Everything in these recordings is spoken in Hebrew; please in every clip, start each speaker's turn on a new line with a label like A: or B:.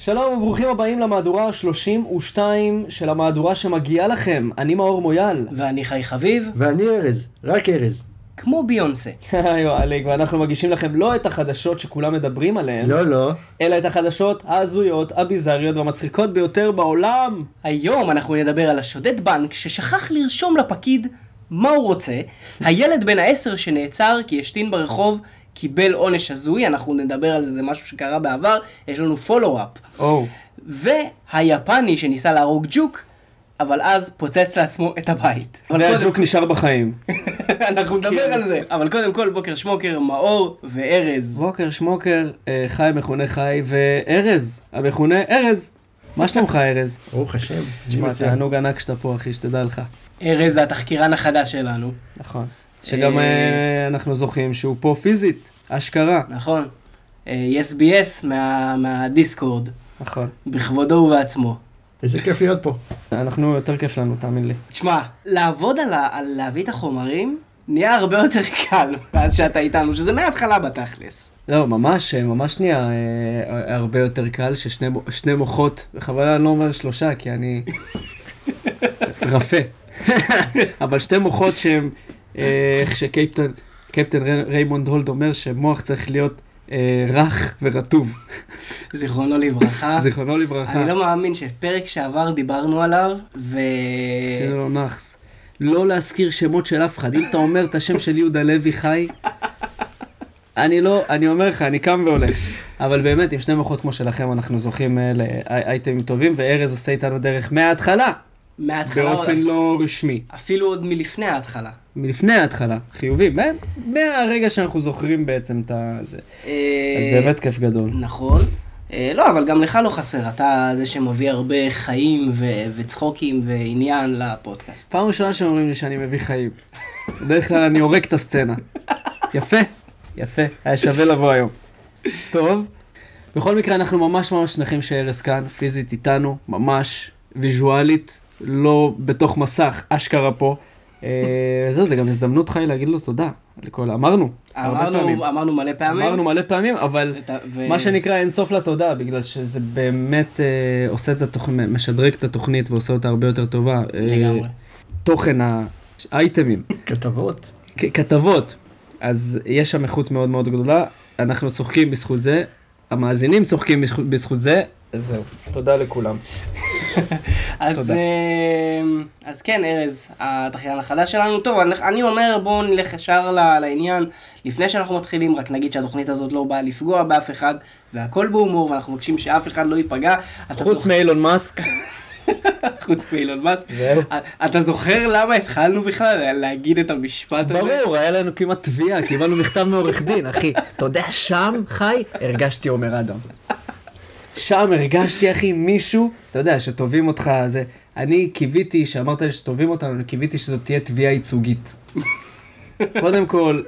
A: שלום וברוכים הבאים למהדורה ה-32 של המהדורה שמגיעה לכם. אני מאור מויאל.
B: ואני חי חביב,
C: ואני ארז, רק ארז.
B: כמו ביונסה.
A: יואליק, ואנחנו מגישים לכם לא את החדשות שכולם מדברים עליהן,
C: לא, לא.
A: אלא את החדשות ההזויות, הביזריות והמצחיקות ביותר בעולם.
B: היום אנחנו נדבר על השודד בנק ששכח לרשום לפקיד מה הוא רוצה, הילד בן העשר שנעצר כי השתין ברחוב קיבל עונש הזוי, אנחנו נדבר על זה, זה משהו שקרה בעבר, יש לנו פולו-אפ.
A: או.
B: והיפני שניסה להרוג ג'וק, אבל אז פוצץ לעצמו את הבית. אבל קודם,
A: והג'וק נשאר בחיים.
B: אנחנו נדבר על זה. אבל קודם כל, בוקר שמוקר, מאור וארז.
A: בוקר שמוקר, אה, חי המכונה חי, וארז, המכונה ארז. מה שלומך ארז?
C: ברוך השם.
A: תשמע,
C: מצוין.
A: תענוג ענק שאתה פה אחי, שתדע לך.
B: ארז זה התחקירן החדש שלנו.
A: נכון. שגם
B: אה,
A: אה, אנחנו זוכים שהוא פה פיזית, אשכרה.
B: נכון. אה, SBS מה- מהדיסקורד,
A: נכון.
B: בכבודו ובעצמו.
C: איזה כיף להיות פה.
A: אנחנו, יותר כיף לנו, תאמין לי.
B: תשמע, לעבוד על, ה- על להביא את החומרים נהיה הרבה יותר קל מאז שאתה איתנו, שזה מההתחלה בתכלס.
A: לא, ממש, אה, ממש נהיה אה, הרבה יותר קל ששני מו- שני מוחות, בכוונה אני לא אומר שלושה, כי אני רפה. אבל שתי מוחות שהם, אה, איך שקייפטן קייפטן רי- ריימונד הולד אומר, שמוח צריך להיות אה, רך ורטוב,
B: זיכרונו לברכה.
A: זיכרונו לברכה.
B: אה, אני לא מאמין שפרק שעבר דיברנו עליו, ו... אה,
A: עשינו לו נאחס. לא להזכיר שמות של אף אחד. אם אתה אומר את השם של יהודה לוי חי, אני לא, אני אומר לך, אני קם והולך. אבל באמת, עם שני מוחות כמו שלכם, אנחנו זוכים אה, לאייטמים טובים, וארז עושה איתנו דרך מההתחלה,
B: מההתחלה, עוד...
A: באופן לא רשמי.
B: אפילו עוד מלפני ההתחלה.
A: מלפני ההתחלה, חיובי, מה- מהרגע שאנחנו זוכרים בעצם את ה... זה.
B: אה,
A: אז באמת כן. כיף גדול.
B: נכון. אה, לא, אבל גם לך לא חסר, אתה זה שמביא הרבה חיים ו- וצחוקים ועניין לפודקאסט.
A: פעם ראשונה שאומרים לי שאני מביא חיים. בדרך כלל אני הורג את הסצנה. יפה, יפה, היה שווה לבוא היום. טוב. בכל מקרה, אנחנו ממש ממש שמחים שארז כאן, פיזית איתנו, ממש ויזואלית, לא בתוך מסך, אשכרה פה. אה, זהו, זה גם הזדמנות חי להגיד לו תודה. לכל, אמרנו, הרבה פעמים.
B: אמרנו, אמרנו אה. מלא פעמים.
A: אמרנו מלא פעמים, אבל
B: את ה- ו-
A: מה שנקרא אין סוף לתודה, בגלל שזה באמת אה, עושה את התוכנית, משדרג את התוכנית ועושה אותה הרבה יותר טובה. אה,
B: לגמרי.
A: תוכן האייטמים,
C: כתבות.
A: כ- כתבות, אז יש שם איכות מאוד מאוד גדולה, אנחנו צוחקים בזכות זה, המאזינים צוחקים בזכות- בזכות זה, אז זהו. תודה לכולם.
B: אז,
A: תודה.
B: אמ, אז כן, ארז, התחילן החדש שלנו, טוב, אני- אני אומר בואו נלך ישר ל- לעניין. לפני שאנחנו מתחילים, רק נגיד שהתוכנית הזאת לא באה לפגוע באף אחד, והכל בהומור, ואנחנו מבקשים שאף אחד לא ייפגע. אתה
A: חוץ
B: זוכ-
A: מאילון מאסק.
B: חוץ מאילון מאסק.
A: זהו.
B: אתה זוכר למה התחלנו בכלל להגיד את המשפט הזה?
A: ברור, היה לנו כמעט תביעה, קיבלנו מכתב מעורך דין, אחי. אתה יודע, שם, חי, הרגשתי עומר אדם. שם הרגשתי, אחי, מישהו, אתה יודע, שתובעים אותך, זה... אני קיוויתי, שאמרת לי שתובעים אותנו, אני קיוויתי שזאת תהיה תביעה ייצוגית. קודם כל,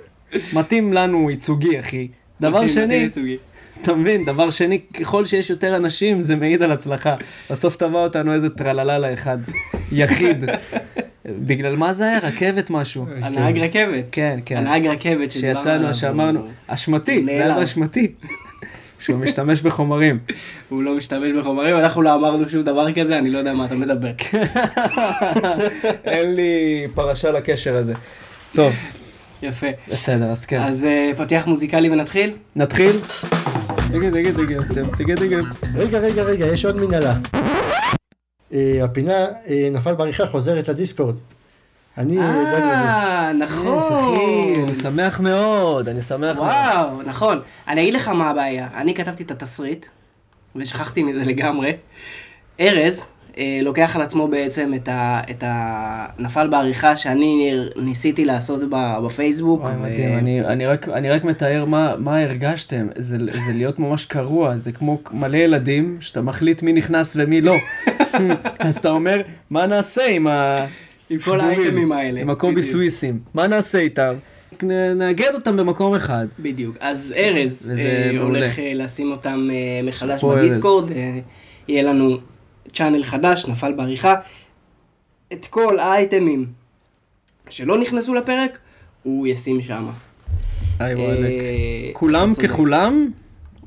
A: מתאים לנו ייצוגי, אחי. דבר
B: מתאים, מתאים
A: שני,
B: ייצוגי.
A: אתה מבין, דבר שני, ככל שיש יותר אנשים, זה מעיד על הצלחה. בסוף טבע אותנו איזה טרללה אחד, יחיד. בגלל מה זה היה? רכבת משהו.
B: הנהג רכבת.
A: כן, כן.
B: הנהג רכבת שדיברנו
A: שיצאנו,
B: עליו,
A: שאמרנו,
B: הוא-
A: אשמתי, זה
B: נעלם.
A: היה באשמתי, שהוא משתמש בחומרים.
B: הוא לא משתמש בחומרים, אנחנו לא אמרנו שום דבר כזה, אני לא יודע מה אתה מדבר.
A: כן. אין לי פרשה לקשר הזה. טוב,
B: יפה.
A: בסדר, אז כן.
B: אז אה, פתיח מוזיקלי ונתחיל?
A: נתחיל? תגיד, תגיד, תגיד, תגיד, תגיד.
C: רגע, רגע, רגע, יש עוד מנהלה. אה, הפינה אה, נפל בעריכה חוזרת לדיסקורד. אני אה, דן לזה.
B: אה,
A: אחי,
B: נכון.
A: אני שמח מאוד, אני שמח מאוד.
B: וואו, נכון. אני אגיד לך מה הבעיה. אני כתבתי את התסריט, ושכחתי מזה לגמרי. ארז אה, לוקח על עצמו בעצם את ה... את ה... נפל בעריכה שאני ניסיתי לעשות ב- בפייסבוק.
A: וואי,
B: ו-
A: מדהים, אני- אני רק- אני רק מתאר מה מה הרגשתם, זה זה להיות ממש קרוע, זה כמו מלא ילדים, שאתה מחליט מי נכנס ומי לא. אז אתה אומר, מה נעשה עם ה...
B: עם כל
A: שבורים,
B: האייטמים האלה.
A: עם הקובי
B: בדיוק.
A: סוויסים. מה נעשה איתם? נ- נאגד אותם במקום אחד.
B: בדיוק. אז ארז
A: וזה
B: אה,
A: מעולה.
B: הולך אה, לשים אותם אה, מחדש
A: פה ארז.
B: בדיסקורד. אה, יהיה לנו צ'אנל חדש, נפל בעריכה. את כל האייטמים שלא נכנסו לפרק, הוא ישים שם.
A: היי
B: אה,
A: וואלק. כולם
B: אתה צודק.
A: ככולם?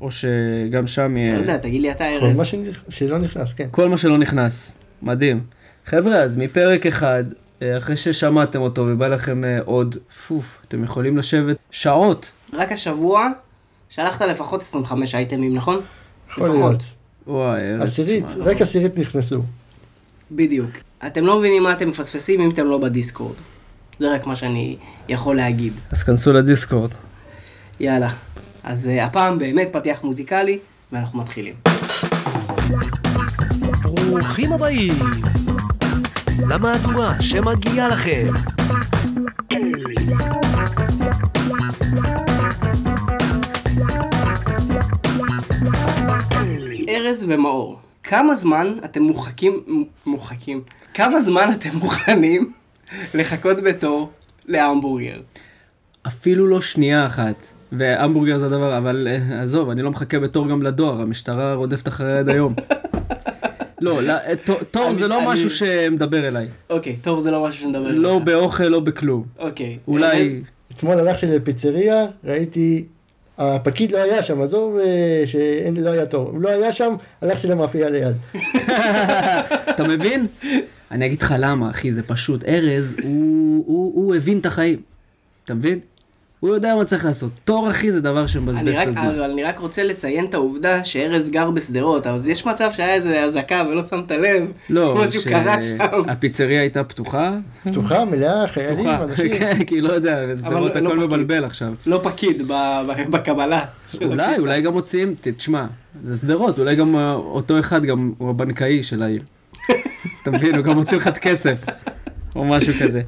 A: או שגם שם
B: לא
A: יהיה...
B: יודע, תגיד לי אתה,
C: כל מה
B: ארז.
C: שנכ- שלא נכנס, כן.
A: כל מה שלא נכנס. מדהים. חבר'ה, אז מפרק אחד, אה, אחרי ששמעתם אותו ובא לכם אה, עוד, פוף, אתם יכולים לשבת שעות.
B: רק השבוע שלחת לפחות 25 אייטמים, נכון?
C: יכול
B: לפחות.
C: להיות.
A: וואי, ארז,
C: עשירית,
A: תשמע. לא.
C: רק עשירית נכנסו.
B: בדיוק. אתם לא מבינים מה אתם מפספסים אם אתם לא בדיסקורד. זה רק מה שאני יכול להגיד.
A: אז כנסו לדיסקורד.
B: יאללה. אז אה, הפעם באמת פתיח מוזיקלי, ואנחנו מתחילים.
D: ברוכים הבאים למהדורה שמגיעה לכם.
B: ארז ומאור, כמה זמן אתם מוחקים, מ- מוחקים, כמה זמן אתם מוכנים לחכות בתור להמבורגר?
A: אפילו לא שנייה אחת. והמבורגר זה הדבר, אבל אה, עזוב, אני לא מחכה בתור גם לדואר, המשטרה רודפת אחרי עד היום. לא, לא, אה, תור- תור
B: אני-
A: זה לא
B: אני-
A: משהו שמדבר אליי.
B: אוקיי, תור זה לא משהו שנדבר
A: לא
B: עליו.
A: באוכל, לא בכלום.
B: אוקיי. ארז,
A: אולי...
C: אתמול הלכתי לפיצריה, ראיתי, הפקיד לא היה שם, עזוב אה, שאין, לא היה תור. הוא לא היה שם, הלכתי למאפייה ליד.
A: אתה מבין? אני אגיד לך למה, אחי, זה פשוט. ארז, הוא, הוא, הוא הבין את החיים. אתה מבין? הוא יודע מה צריך לעשות. תור, אחי, זה דבר
B: אני
A: שמבזבז
B: רק,
A: את הזמן.
B: אבל אני רק רוצה לציין את העובדה שארז גר בשדרות, אז יש מצב שהיה איזה אזעקה ולא שמת לב,
A: לא,
B: משהו
A: ש-
B: קרה שם.
A: הפיצריה הייתה פתוחה.
C: פתוחה, מלאה, חיילים,
A: פתוחה,
C: אנשים.
A: כן, כי לא יודע, שדרות
B: לא
A: הכל
B: פקיד.
A: מבלבל עכשיו.
B: לא פקיד ב- ב- בקבלה. של
A: אולי,
B: הפיצה.
A: אולי גם מוציאים, ת- תשמע, זה שדרות, אולי גם אה, אותו אחד גם הוא הבנקאי של העיר. אתה מבין, הוא גם מוציא לך את כסף, או משהו כזה.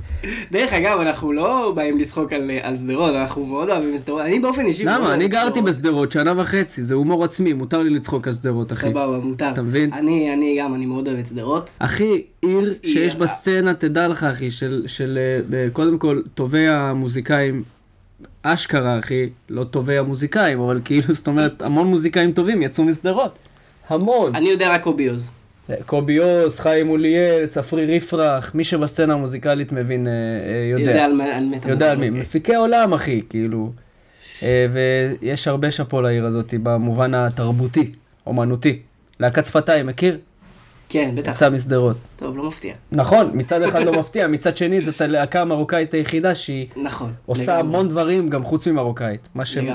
B: דרך אגב, אנחנו לא באים לצחוק על על שדרות, אנחנו מאוד אוהבים שדרות. אני באופן אישי... מאוד
A: למה?
B: אוהב
A: אני
B: את
A: גרתי
B: שדרות.
A: בשדרות שנה וחצי, זה הומור עצמי, מותר לי לצחוק על שדרות, אחי.
B: סבבה, מותר.
A: אתה מבין?
B: אני, אני גם, אני מאוד אוהב את שדרות.
A: אחי, עיר
B: אז היא אה-
A: שיש
B: ידעה.
A: בה סצנה, תדע לך, אחי, של, של אה, ב- קודם כל, טובי המוזיקאים, אשכרה, אחי, לא טובי המוזיקאים, אבל כאילו, זאת אומרת, המון מוזיקאים טובים יצאו משדרות. המון.
B: אני יודע רק קוביוז.
A: קובי יוס, חיים אוליאל, צפרי רפרח, מי שבסצנה המוזיקלית מבין, אה, אה, יודע.
B: יודע על מה על אוקיי. מי אתה
A: יודע על מי.
B: מדבר,
A: מפיקי עולם, אחי, כאילו. אה, ויש הרבה שאפו לעיר הזאת במובן התרבותי, אומנותי. להקת שפתיים, מכיר?
B: אוקיי. כן, בטח.
A: יצא משדרות.
B: טוב, לא מפתיע.
A: נכון, מצד אחד לא מפתיע, מצד שני זאת הלהקה המרוקאית היחידה שהיא
B: נכון.
A: עושה
B: לגמרי.
A: המון דברים גם חוץ ממרוקאית, מה שמעיד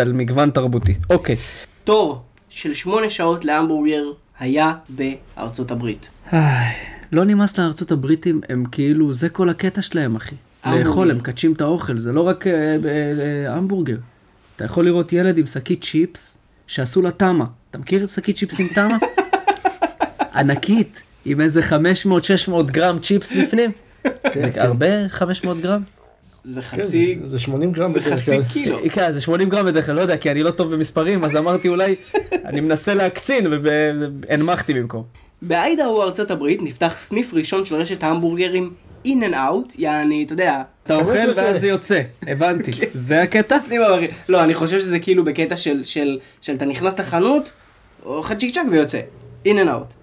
B: לגמרי.
A: על מגוון תרבותי. אוקיי.
B: תור של שמונה שעות להמבורגר היה בארצות הברית.
A: איי, לא נמאס לארצות הבריטים, הם כאילו, זה כל הקטע שלהם, אחי.
B: המבורגר.
A: לאכול, הם מקדשים את האוכל, זה לא רק אה, אה, אה, המבורגר. אתה יכול לראות ילד עם שקית צ'יפס שעשו לה תמה. אתה מכיר שקית צ'יפס עם תמה? ענקית, עם איזה 500-600 גרם צ'יפס בפנים. זה הרבה 500 גרם?
B: זה
C: כן,
B: חצי...
C: זה 80 גרם
B: זה
C: בדרך כלל.
B: חצי קילו.
A: כן, זה 80 גרם בדרך כלל, לא יודע, כי אני לא טוב במספרים, אז אמרתי אולי, אני מנסה להקצין, והנמכתי במקום.
B: באיידאו, ארצות הברית, נפתח סניף ראשון של רשת ההמבורגרים In and Out, יעני, אתה יודע...
A: אתה
C: אבל
A: אוכל
C: זה יוצא. כן.
A: ואז זה יוצא, הבנתי. זה הקטע?
B: אני מעריך- לא, אני חושב שזה כאילו בקטע של, של, של אתה נכנס לחנות, אוכל צ'יק צ'אק ויוצא. In and Out.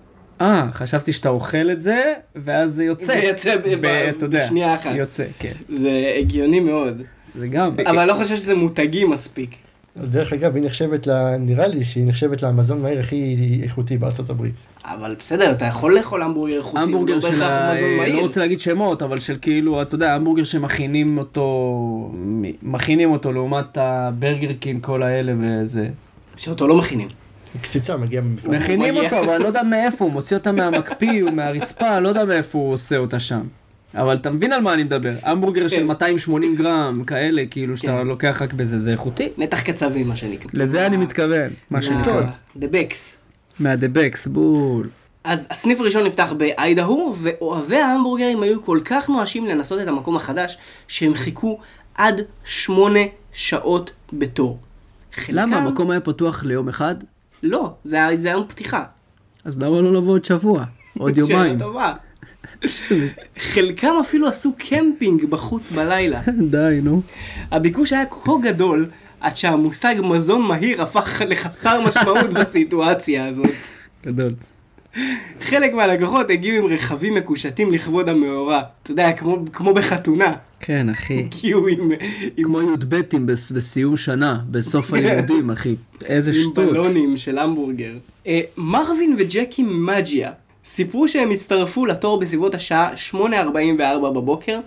A: אה, חשבתי שאתה אוכל את זה, ואז זה יוצא.
B: זה יוצא ב-
A: ב- אתה יודע,
B: בשנייה אחת.
A: יוצא, כן.
B: זה הגיוני מאוד.
A: זה גם. כן.
B: אבל אני לא חושב שזה מותגי מספיק.
C: דרך אגב, היא נחשבת, ל- נראה לי שהיא נחשבת למזון מהיר הכי איכותי בארצות הברית.
B: אבל בסדר, אתה יכול לאכול המבורגר איכותי, הוא
A: המבורגר
B: לא
A: של
B: בהכרח
A: ה...
B: מזון
A: לא
B: מהיר.
A: רוצה להגיד שמות, אבל של כאילו, אתה יודע, המבורגר שמכינים אותו, מכינים אותו לעומת הברגר קין כל האלה וזה.
B: שאותו לא מכינים.
C: קציצה מגיעה ממפעל.
A: מכינים
B: מגיע.
A: אותו, אבל אני לא יודע מאיפה, הוא מוציא אותה מהמקפיא, הוא מהרצפה, אני לא יודע מאיפה הוא עושה אותה שם. אבל אתה מבין על מה אני מדבר, המבורגר של
B: כן.
A: 280 גרם, כאלה, כאילו שאתה
B: כן. אה.
A: לוקח רק בזה, זה איכותי.
B: נתח קצבים, מה שנקרא.
A: לזה אני מתכוון,
B: לא.
A: מה שנקרא.
B: דה בקס.
A: מהדבקס, בול.
B: אז הסניף הראשון נפתח באיידהו, ואוהבי ההמבורגרים היו כל כך נואשים לנסות את המקום החדש, שהם חיכו עד שמונה שעות בתור. חלקם-
A: למה? המקום היה פתוח ליום אחד?
B: לא, זה היה זה היה יום פתיחה.
A: אז למה לא לבוא עוד שבוע? עוד
B: שאלה
A: יומיים.
B: טובה. חלקם אפילו עשו קמפינג בחוץ בלילה.
A: די, נו.
B: הביקוש היה כה גדול, עד שהמושג מזון מהיר הפך לחסר משמעות בסיטואציה הזאת.
A: גדול.
B: חלק מהלקוחות הגיעו עם רכבים מקושטים לכבוד המאורע. אתה יודע, כמו, כמו בחתונה.
A: כן, אחי.
B: הגיעו עם, עם,
A: כמו י"בים בס- בסיום שנה, בסוף הלימודים, אחי. איזה
B: כן. עם
A: שטות.
B: בלונים של המבורגר. אה, מרווין וג'קי מג'יה סיפרו שהם הצטרפו לתור בסביבות השעה 8:44 בבוקר,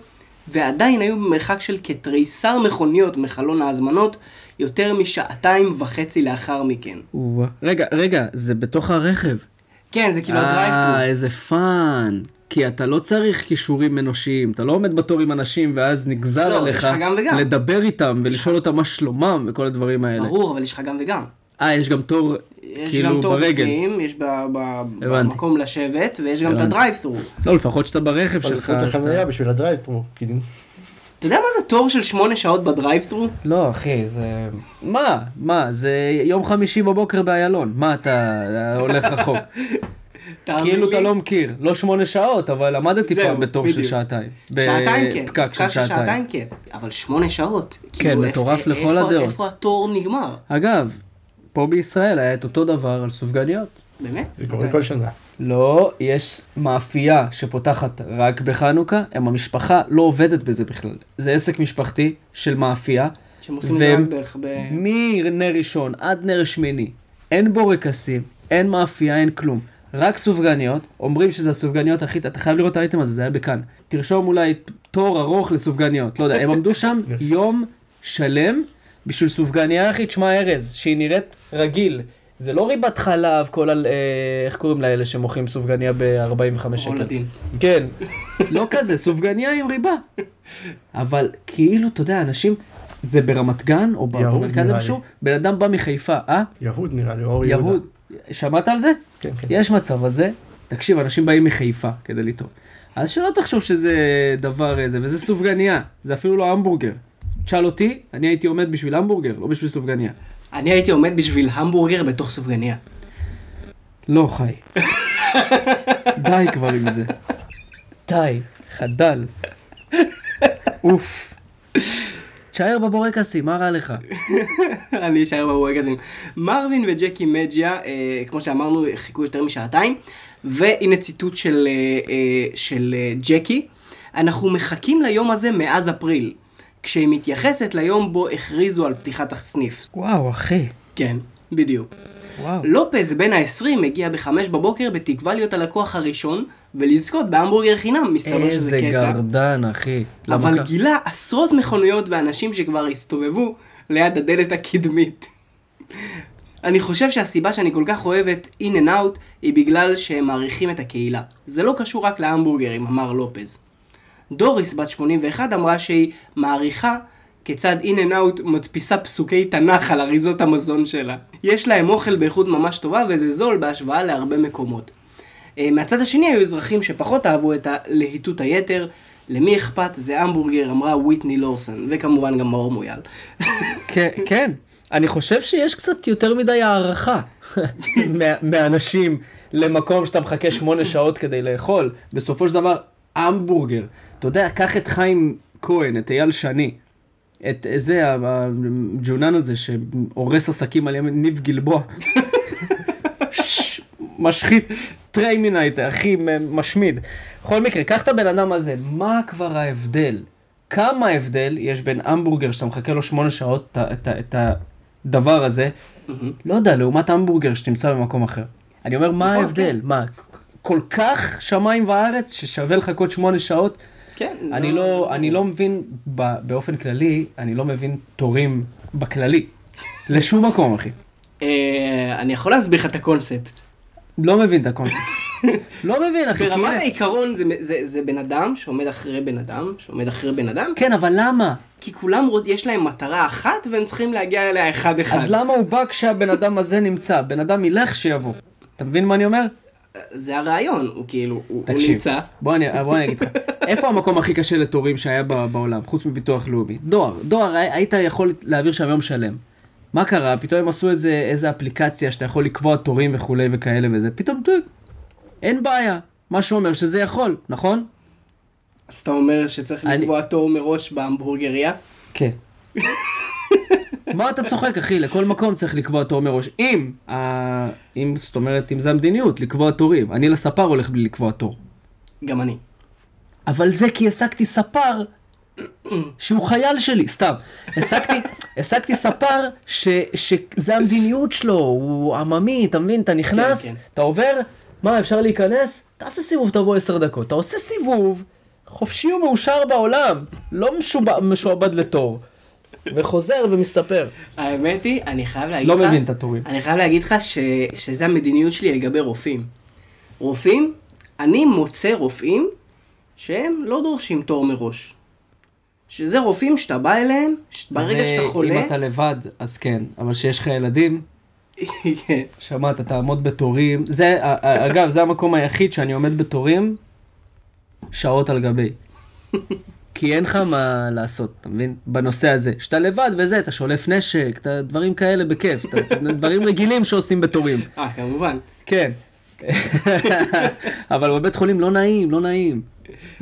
B: ועדיין היו במרחק של כתריסר מכוניות מחלון ההזמנות, יותר משעתיים וחצי לאחר מכן.
A: וואו. רגע, רגע, זה בתוך הרכב.
B: כן, זה כאילו
A: אה,
B: הדרייפטרו.
A: איזה פאן. כי אתה לא צריך כישורים אנושיים, אתה לא עומד בתור עם אנשים ואז נגזר
B: לא,
A: עליך
B: יש לך גם וגם.
A: לדבר איתם ולשאול אותם מה שלומם וכל הדברים האלה.
B: ברור, אבל יש לך גם וגם.
A: אה, יש גם תור
B: יש גם
A: כאילו
B: תור
A: ברגל.
B: בפנים, יש ב- ב-
A: הבנתי.
B: במקום לשבת, ויש גם את
A: הבנתי.
B: הדרייפטרו.
A: לא, לפחות שאתה ברכב
C: אבל
A: שלך.
C: חוץ
A: אז אתה-
C: לחניה בשביל הדרייב-טרו, כאילו.
B: אתה יודע מה זה תור של שמונה שעות בדרייפטרו?
A: לא, אחי, זה... מה? מה? זה יום חמישי בבוקר באיילון. מה אתה אתה הולך רחוק?
B: תאמין
A: כאילו
B: לי.
A: אתה לא מכיר. לא שמונה שעות, אבל עמדתי
B: זהו,
A: פעם בתור של
B: בדיוק.
A: שעתיים.
B: שעתיים כן,
A: בפקק של שעתיים. כן,
B: כן, אבל שמונה שעות. כאילו, איפ-
A: מטורף
B: איפ-
A: לכל
B: איפה-
A: הדעות.
B: איפה התור נגמר,
A: אגב, פה בישראל היה את אותו דבר על סופגניות.
B: באמת?
C: זה קורה כל שנה.
A: לא, יש מאפייה שפותחת רק בחנוכה, הם המשפחה לא עובדת בזה בכלל. זה עסק משפחתי של מאפייה,
B: שהם עושים את זה
A: והם-
B: רק בערך ב...
A: מנר ראשון עד נר שמיני. אין בורקסים, אין מאפייה, אין כלום. רק סופגניות, אומרים שזה הסופגניות הכי, אתה חייב לראות את האייטם הזה, זה היה בכאן. תרשום אולי תור ארוך לסופגניות, לא יודע, הם עמדו שם יום שלם בשביל סופגניה אחי, תשמע ארז, שהיא נראית רגיל. זה לא ריבת חלב, כל ה... אה, איך קוראים לאלה שמוכרים סופגניה ב-45 שקל?
B: הולדים.
A: כן, לא כזה, סופגניה עם ריבה. אבל כאילו, אתה יודע, אנשים, זה ברמת גן או ב-
C: יהוד,
A: במרכז
C: נראה
A: איפשהו, בן אדם בא מחיפה, אה?
C: יהוד נראה לי, אור יהודה.
A: יהוד, שמעת על זה?
C: כן, כן.
A: יש מצב הזה, תקשיב, אנשים באים מחיפה כדי לטעום. אז שלא תחשוב שזה דבר איזה, וזה סופגניה, זה אפילו לא המבורגר. תשאל אותי, אני הייתי עומד בשביל המבורגר, לא בשביל סופגניה.
B: אני הייתי עומד בשביל המבורגר בתוך סופגניה.
A: לא חי. די כבר עם זה. די, חדל. אוף. תשאר בבורקסים, מה רע לך?
B: אני אשאר בווגזים. מרווין וג'קי מג'יה, אה, כמו שאמרנו, חיכו יותר משעתיים, והנה ציטוט של, אה, אה, של אה, ג'קי: אנחנו מחכים ליום הזה מאז אפריל, כשהיא מתייחסת ליום בו הכריזו על פתיחת הסניף.
A: וואו, אחי.
B: כן, בדיוק.
A: וואו.
B: לופז בן ה-20 הגיע ב-5 בבוקר בתקווה להיות הלקוח הראשון ולזכות בהמבורגר חינם, מסתבר שזה אה?
A: איזה
B: קטע.
A: גרדן, אחי. למה
B: אבל
A: ככה?
B: גילה עשרות מכוניות ואנשים שכבר הסתובבו ליד הדלת הקדמית. אני חושב שהסיבה שאני כל כך אוהב את In and Out היא בגלל שהם מעריכים את הקהילה. זה לא קשור רק להמבורגרים, אמר לופז. דוריס, בת 81, אמרה שהיא מעריכה כיצד In and Out מדפיסה פסוקי תנ"ך על אריזות המזון שלה. יש להם אוכל באיכות ממש טובה וזה זול בהשוואה להרבה מקומות. אה, מהצד השני היו אזרחים שפחות אהבו את הלהיטות היתר. למי אכפת? זה המבורגר, אמרה וויטני לורסון, וכמובן גם מאור מויאל.
A: כן, כן. אני חושב שיש קצת יותר מדי הערכה מה- מהאנשים למקום שאתה מחכה שמונה שעות כדי לאכול. בסופו של דבר, המבורגר. אתה יודע, קח את חיים כהן, את אייל שני, את אה, זה, ה- הג'ונן הזה שהורס עסקים על ימין, ניב גלבוע. ש- משחית טריימינייט, אחי, מ- משמיד. בכל מקרה, קח את הבן אדם הזה, מה כבר ההבדל? כמה הבדל יש בין המבורגר שאתה מחכה לו שמונה שעות, את ה- את ה- את הדבר הזה, לא יודע, לעומת המבורגר שתמצא במקום אחר. אני אומר, מה
B: נכון,
A: ההבדל? מה, כל כך שמיים וארץ ששווה לחכות שמונה שעות?
B: כן.
A: אני לא, אני לא מבין, ב- באופן כללי, אני לא מבין תורים בכללי. לשום מקום, אחי.
B: אה, אני יכול להסביר לך את הקונספט.
A: לא מבין את הקונספט. לא מבין, אחי.
B: ברמת
A: כאילו-
B: העיקרון זה, זה, זה בן אדם שעומד אחרי בן אדם, שעומד אחרי בן אדם,
A: כן, אבל למה?
B: כי כולם רוצ, יש להם מטרה אחת והם צריכים להגיע אליה אחד אחד.
A: אז למה הוא בא כשהבן אדם הזה נמצא? בן אדם ילך שיבוא. אתה מבין מה אני אומר?
B: זה הרעיון, הוא כאילו, הוא, הוא
A: תקשיב,
B: נמצא.
A: בוא אני, בוא אני אגיד לך, איפה המקום הכי קשה לתורים שהיה ב- בעולם, חוץ מביטוח לאומי? דואר, דואר, הי- היית יכול להעביר שם יום שלם. מה קרה? פתאום הם עשו איזה, איזה אפליקציה שאתה יכול לקבוע תורים וכולי וכאלה וזה, פתאום טוב, אין בעיה, מה שאומר שזה יכול, נכון?
B: אז אתה אומר שצריך
A: אני-
B: לקבוע תור מראש בהמבורגריה?
A: כן. מה אתה צוחק, אחי? לכל מקום צריך לקבוע תור מראש. אם, ה- אם, זאת אומרת, אם זה המדיניות, לקבוע תורים. אני לספר הולך בלי לקבוע תור.
B: גם אני.
A: אבל זה כי העסקתי ספר שהוא חייל שלי, סתם. העסקתי, העסקתי ספר ש, שזה המדיניות שלו, הוא עממי, אתה מבין? אתה נכנס,
B: כן,
A: כן,
B: כן.
A: כן. אתה עובר, מה, אפשר להיכנס? תעשה סיבוב, תבוא עשר דקות. אתה עושה סיבוב, חופשי ומאושר בעולם, לא משוב- משועבד לתור. וחוזר ומסתפר.
B: האמת היא, אני חייב להגיד
A: לא
B: לך...
A: מבין את התורים.
B: אני חייב להגיד לך ש, שזה המדיניות שלי לגבי רופאים. רופאים, אני מוצא רופאים שהם לא דורשים תור מראש. שזה רופאים שאתה בא אליהם, ש... ברגע
A: זה
B: שאתה חולה...
A: אם אתה לבד, אז כן. אבל כשיש לך ילדים,
B: כן.
A: שמעת, תעמוד בתורים. זה, א- א- אגב, זה המקום היחיד שאני עומד בתורים שעות על גבי. כי אין לך מה לעשות, אתה מבין? בנושא הזה. שאתה לבד וזה, אתה שולף נשק, אתה דברים כאלה בכיף, אתה, אתה- דברים רגילים שעושים בתורים.
B: אה, כמובן.
A: כן. אבל בבית חולים לא נעים, לא נעים.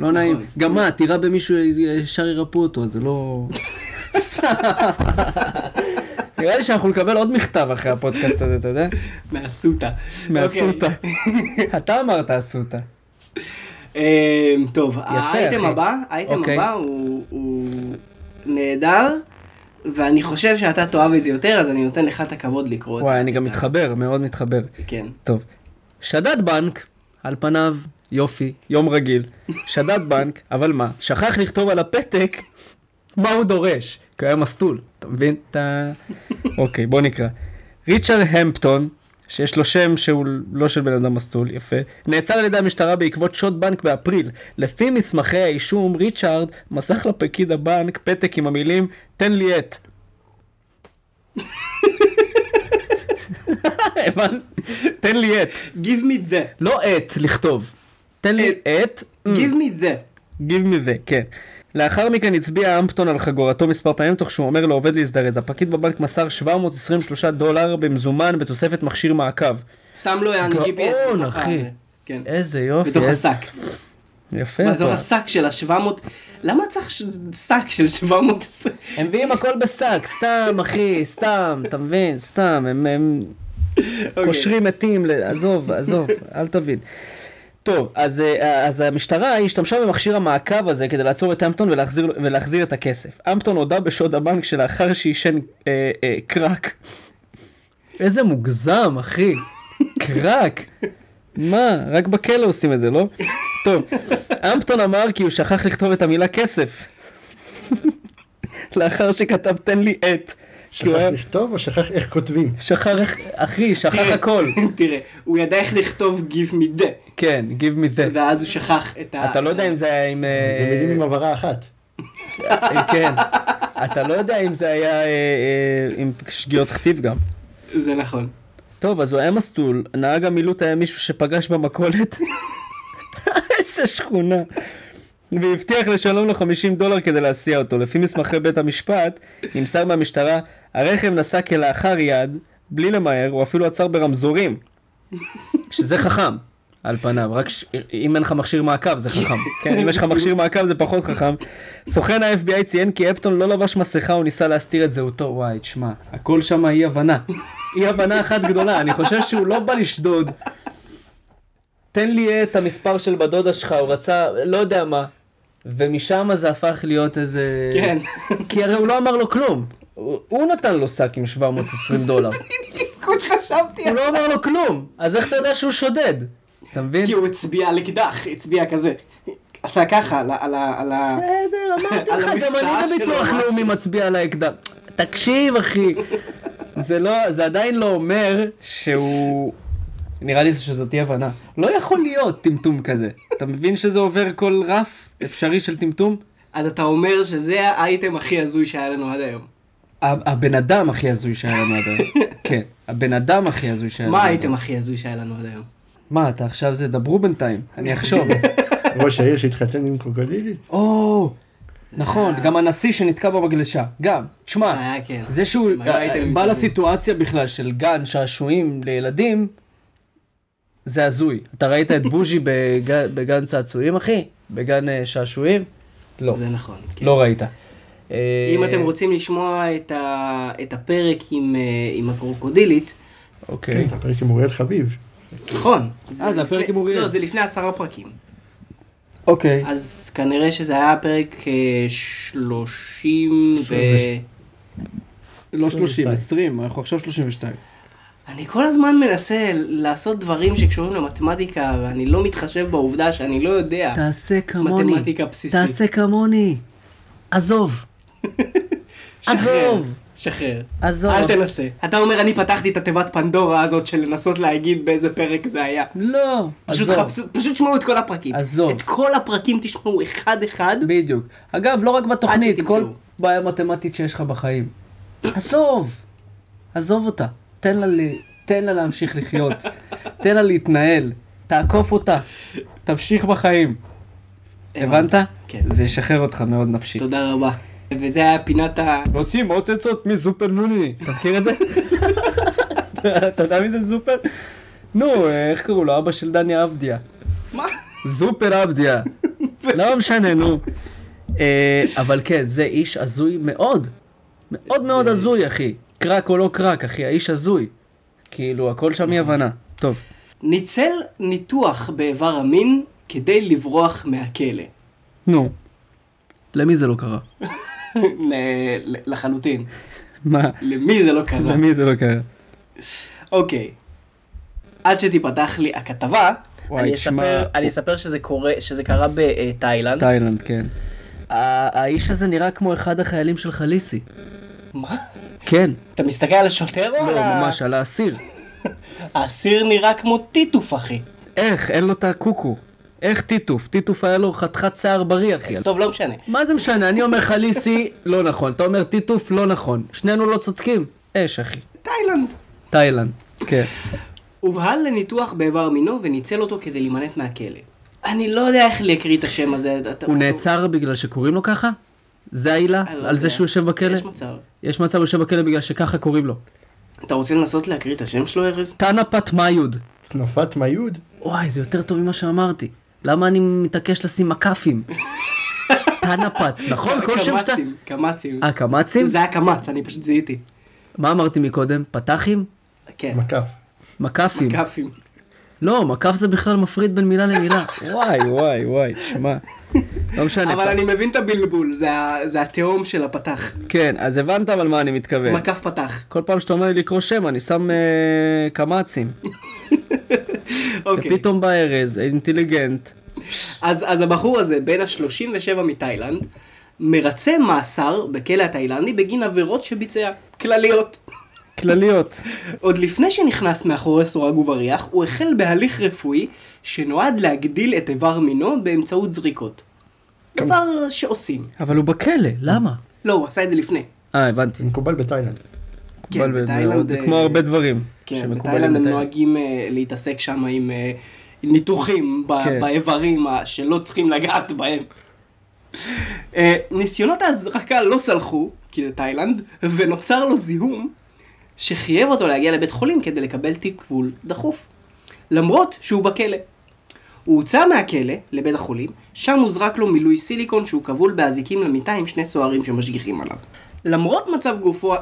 A: לא נעים. גם מה, תירה במישהו, ישר ירפאו אותו, זה לא... סתם. נראה לי שאנחנו נקבל עוד מכתב אחרי הפודקאסט הזה, אתה יודע?
B: מהסוטה. אוקיי.
A: מהסוטה. אתה אמרת אסותא.
B: אה, טוב, האייטם
A: אחי.
B: הבא, האייטם
A: אוקיי.
B: הבא הוא, הוא נהדר, ואני חושב שאתה תאהב את זה יותר, אז אני נותן לך את הכבוד לקרוא את
A: וואי, אני
B: את
A: גם
B: ה-
A: מתחבר, מאוד מתחבר.
B: כן.
A: טוב. שדד בנק, על פניו, יופי, יום רגיל. שדד בנק, אבל מה? שכח לכתוב על הפתק מה הוא דורש, כי הוא היה מסטול. אתה מבין? אתה... אוקיי, בוא נקרא. ריצ'רד המפטון, שיש לו שם שהוא לא של בן אדם מסטול, יפה, נעצר על ידי המשטרה בעקבות שוד בנק באפריל. לפי מסמכי האישום, ריצ'רד מסך לפקיד הבנק פתק עם המילים, תן לי את. הבנת? תן לי את.
B: Give me the.
A: לא את לכתוב. תן לי את.
B: Give me the.
A: גיב מזה, כן. לאחר מכן הצביע אמפטון על חגורתו מספר פעמים תוך שהוא אומר לעובד להזדרז. הפקיד בבנק מסר 723 דולר במזומן בתוספת מכשיר מעקב.
B: שם לו יעני
A: גאון,
B: GPS. בתוך
A: אחי.
B: הזה. כן.
A: איזה יופי.
B: בתוך
A: איזה-
B: השק.
A: יפה.
B: בתוך
A: אתה.
B: השק של ה-700, למה צריך ש- שק של 720?
A: הם מביאים הכל בשק, סתם אחי, סתם, אתה מבין? סתם, הם- הם
B: אוקיי.
A: קושרים מתים, ל- עזוב, עזוב, אל תבין. טוב, אז, אה, אז המשטרה היא השתמשה במכשיר המעקב הזה כדי לעצור את אמפטון ולהחזיר, ולהחזיר את הכסף. אמפטון הודה בשוד הבנק שלאחר שעישן אה, אה, קרק. איזה מוגזם, אחי. קרק. מה, רק בכלא עושים את זה, לא? טוב, אמפטון אמר כי הוא שכח לכתוב את המילה כסף. לאחר שכתב תן לי את. כי הוא כאילו
C: שכח
A: היה...
C: לכתוב או שכח איך כותבים?
A: שכח, אחי, שכח
B: תראה,
A: הכל.
B: תראה, הוא ידע איך לכתוב Give me the,
A: כן, give me that.
B: ואז הוא שכח את ה...
A: אתה לא יודע אם זה היה עם... אה,
C: זה מילים עם הבהרה אחת.
A: אה, כן. אתה לא יודע אם זה היה אה, אה, עם שגיאות כתיב גם.
B: זה נכון.
A: טוב, אז הוא היה מסטול, נהג המילוט היה מישהו שפגש במכולת. איזה שכונה. והבטיח לשלם לו 50 דולר כדי להסיע אותו. לפי מסמכי בית המשפט, נמסר מהמשטרה, הרכב נסע כלאחר יד, בלי למהר, הוא אפילו עצר ברמזורים. שזה חכם, על פניו, רק ש... אם אין לך מכשיר מעקב זה חכם. כן, אם יש לך מכשיר מעקב זה פחות חכם. סוכן ה-FBI ציין כי אפטון לא לבש מסכה וניסה להסתיר את זהותו. וואי, תשמע, הכל שם אי הבנה. אי הבנה אחת גדולה, אני חושב שהוא לא בא לשדוד. תן לי את המספר של בת דודה שלך, הוא רצה, לא יודע מה. ומשם זה הפך להיות איזה...
B: כן.
A: כי הרי הוא לא אמר לו כלום. הוא הוא נתן לו שק עם 720 דולר.
B: כמו שחשבתי,
A: הוא לא אמר לו כלום, אז איך אתה יודע שהוא שודד? אתה מבין?
B: כי הוא הצביע על אקדח, הצביע כזה. עשה ככה, על ה... על ה- על ה...
A: בסדר, אמרתי
B: על
A: לך, גם
B: המבצע
A: אני
B: שלו,
A: בביטוח
B: משהו.
A: לאומי מצביע על האקדח. תקשיב, אחי. זה לא, זה עדיין לא אומר שהוא... נראה לי שזאת אי הבנה. לא יכול להיות טמטום כזה. אתה מבין שזה עובר כל רף אפשרי של טמטום?
B: אז אתה אומר שזה האייטם הכי הזוי שהיה לנו עד היום.
A: ה- הבן אדם הכי הזוי שהיה לנו עד היום. כן, הבן אדם הכי הזוי שהיה לנו
B: מה
A: עד
B: האייטם
A: היום.
B: הכי הזוי שהיה לנו עד היום?
A: מה, אתה עכשיו זה, דברו בינתיים, אני אחשוב.
C: ראש העיר שהתחתן עם קרוקודילית?
A: או, נכון, גם הנשיא שנתקע במגלשה, גם.
B: זה
A: תשמע,
B: היה כן.
A: זה שהוא
B: מגע
A: אה,
B: הייתם
A: בא
B: טובים.
A: לסיטואציה בכלל של גן שעשועים לילדים, זה הזוי. אתה ראית את בוז'י בגן- בגן צעצועים, אחי? בגן אה, שעשועים? לא,
B: זה נכון. כן.
A: לא ראית. אה,
B: אם אתם רוצים לשמוע את, ה, את הפרק עם, אה, עם הקרוקודילית,
A: אוקיי.
C: כן, זה הפרק עם אוריאל חביב.
B: נכון.
A: אה, זה הפרק
B: לפני-
A: עם אוריאל.
B: לא, זה לפני עשרה פרקים.
A: אוקיי.
B: אז כנראה שזה היה פרק אה, שלושים ו...
C: עשרים ושתיים.
A: לא 30,
C: 22.
A: 20, אנחנו עכשיו 32.
B: אני כל הזמן מנסה לעשות דברים שקשורים למתמטיקה, ואני לא מתחשב בעובדה שאני לא יודע.
A: תעשה
B: מתמטיקה בסיסית.
A: כמוני. עזוב.
B: שחרר,
A: עזוב.
B: שחרר.
A: עזוב.
B: אל תנסה. אתה אומר, אני פתחתי את התיבת פנדורה הזאת של לנסות להגיד באיזה פרק זה היה.
A: לא.
B: פשוט
A: עזוב.
B: חפשו- פשוט תשמעו את כל הפרקים.
A: עזוב.
B: את כל הפרקים תשמעו אחד-אחד.
A: בדיוק. אגב, לא רק בתוכנית,
B: שתמצאו.
A: כל בעיה מתמטית שיש לך בחיים. עזוב. עזוב אותה. תן לה, ל- תן לה להמשיך לחיות. תן לה להתנהל. תעקוף אותה. תמשיך בחיים. הבנת?
B: כן.
A: זה ישחרר אותך מאוד נפשית.
B: תודה רבה. וזה היה פינת ה...
A: רוצים עוד עצות מסופר נוני. אתה מכיר את זה? אתה- אתה יודע מי זה סופר? נו, איך קראו לו? אבא של דני עבדיה.
B: מה?
A: זופר עבדיה. לא משנה, נו. אה, אבל כן, זה איש הזוי מאוד. מאוד מאוד הזוי, אחי. קרק או לא קרק, אחי, האיש הזוי. כאילו, הכל שם אי הבנה. טוב.
B: ניצל ניתוח באיבר המין כדי לברוח מהכלא.
A: נו. למי זה לא קרה?
B: ל- ל- לחלוטין.
A: מה?
B: למי זה לא קרה?
A: למי זה לא קרה?
B: אוקיי. עד שתיפתח לי הכתבה,
A: וואי,
B: אני
A: תשמע,
B: אספר-
A: הוא-
B: אני אספר שזה קורה- שזה קרה אה, בתאילנד.
A: תאילנד, כן. ה- האיש הזה נראה כמו אחד החיילים של חליסי.
B: מה?
A: כן.
B: אתה מסתכל על השוטר או על
A: לא,
B: ה-
A: ממש, על האסיר.
B: האסיר נראה כמו טיטוף, אחי.
A: איך? אין לו את הקוקו. איך טיטוף? טיטוף היה לו חתיכת שיער בריא, אחי.
B: טוב, לא משנה.
A: מה זה משנה? אני אומר חליסי, לא נכון. אתה אומר טיטוף, לא נכון. שנינו לא צודקים. אש, אחי.
B: תאילנד.
A: תאילנד. כן.
B: הובהל לניתוח באיבר מינו וניצל אותו כדי להימלט מהכלא. אני לא יודע איך להקריא את השם הזה. אתה-
A: הוא נעצר בגלל שקוראים לו ככה? זה העילה?
B: אני לא
A: על זה
B: יודע.
A: שהוא יושב בכלא?
B: יש מצב.
A: יש מצב הוא יושב בכלא בגלל שככה קוראים לו.
B: אתה רוצה לנסות להקריא את השם שלו, ארז?
A: תנפת מיוד.
C: צנפת מיוד?
A: וואי, זה יותר טוב ממה שאמרתי. למה אני מתעקש לשים מקפים? תנפת, נכון? כל שם שאתה...
B: קמצים, קמצים.
A: אה, קמצים?
B: זה היה קמץ, אני פשוט זיהיתי.
A: מה אמרתי מקודם? פתחים?
B: כן,
C: מקף.
A: מקפים.
B: כפים.
A: לא, מקף זה בכלל מפריד בין מילה למילה. וואי, וואי, וואי, שמע. לא משנה.
B: אבל אני מבין את הבלבול, זה ה- זה התהום של הפתח.
A: כן, אז הבנת על מה אני מתכוון.
B: מקף פתח.
A: כל פעם שאתה אומר לי לקרוא שם, אני שם אה, קמ"צים.
B: אוקיי.
A: ופתאום בא ארז, אינטליגנט.
B: אז אז הבחור הזה, בן ה-37 מתאילנד, מרצה מאסר בכלא התאילנדי בגין עבירות שביצע. כלליות.
A: כלליות.
B: עוד לפני שנכנס מאחורי סורג ובריח, הוא החל בהליך רפואי שנועד להגדיל את איבר מינו באמצעות זריקות.
A: כן.
B: דבר שעושים.
A: אבל הוא בכלא, למה?
B: לא, הוא עשה את זה לפני.
A: אה, הבנתי.
C: זה מקובל בתאילנד.
A: מקובל ב-
B: בתאילנד,
A: זה
B: אה,
A: כמו הרבה דברים
B: כן,
A: שמקובלים
B: בתאילנד הם
A: בתאילנד. לא-
B: נוהגים אה, להתעסק שם עם אה, ניתוחים ב-
A: כן.
B: באיברים ה- שלא צריכים לגעת בהם. אה, ניסיונות ההזרקה לא צלחו, כי זה תאילנד, ונוצר לו זיהום שחייב אותו להגיע לבית חולים כדי לקבל טיפול דחוף. למרות שהוא בכלא. הוא הוצא מהכלא לבית החולים, שם הוזרק לו מילוי סיליקון שהוא כבול באזיקים למיטה עם שני סוהרים שמשגיחים עליו. למרות מצב גופו,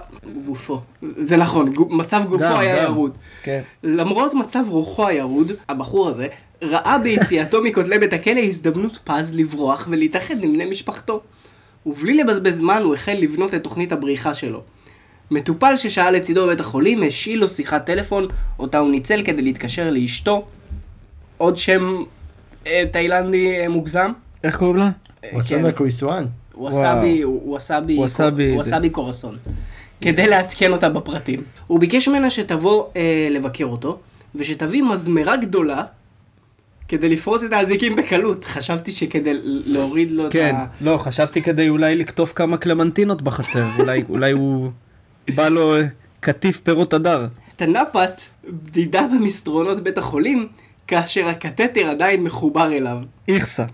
B: גופו, זה נכון, גו- מצב גופו
A: גם,
B: היה
A: גם.
B: ירוד.
A: כן.
B: למרות מצב רוחו הירוד, הבחור הזה ראה ביציאתו מכותלי בית הכלא הזדמנות פז לברוח ולהתאחד עם בני משפחתו. ובלי לבזבז זמן הוא החל לבנות את תוכנית הבריחה שלו. מטופל ששהה לצידו בבית החולים השאיל לו שיחת טלפון, אותה הוא ניצל כדי להתקשר לאשתו. עוד שם אה, תאילנדי אה, מוגזם.
A: איך קוראים לה?
B: אה, כן.
C: מסנה קויסואן.
B: ווסאבי, ווסאבי,
A: ווסאבי,
B: קור-
A: זה-
B: ווסאבי קורסון. כדי לעדכן אותה בפרטים. הוא ביקש ממנה שתבוא אה, לבקר אותו, ושתביא מזמרה גדולה, כדי לפרוץ את האזיקים בקלות. חשבתי שכדי ל- להוריד לו
A: כן,
B: את ה...
A: לא, חשבתי כדי אולי לקטוף כמה קלמנטינות בחצר, אולי, אולי הוא... בא לו אה, קטיף פירות הדר.
B: תנפת בדידה במסדרונות בית החולים, כאשר הקתטר עדיין מחובר אליו.
A: איכסה.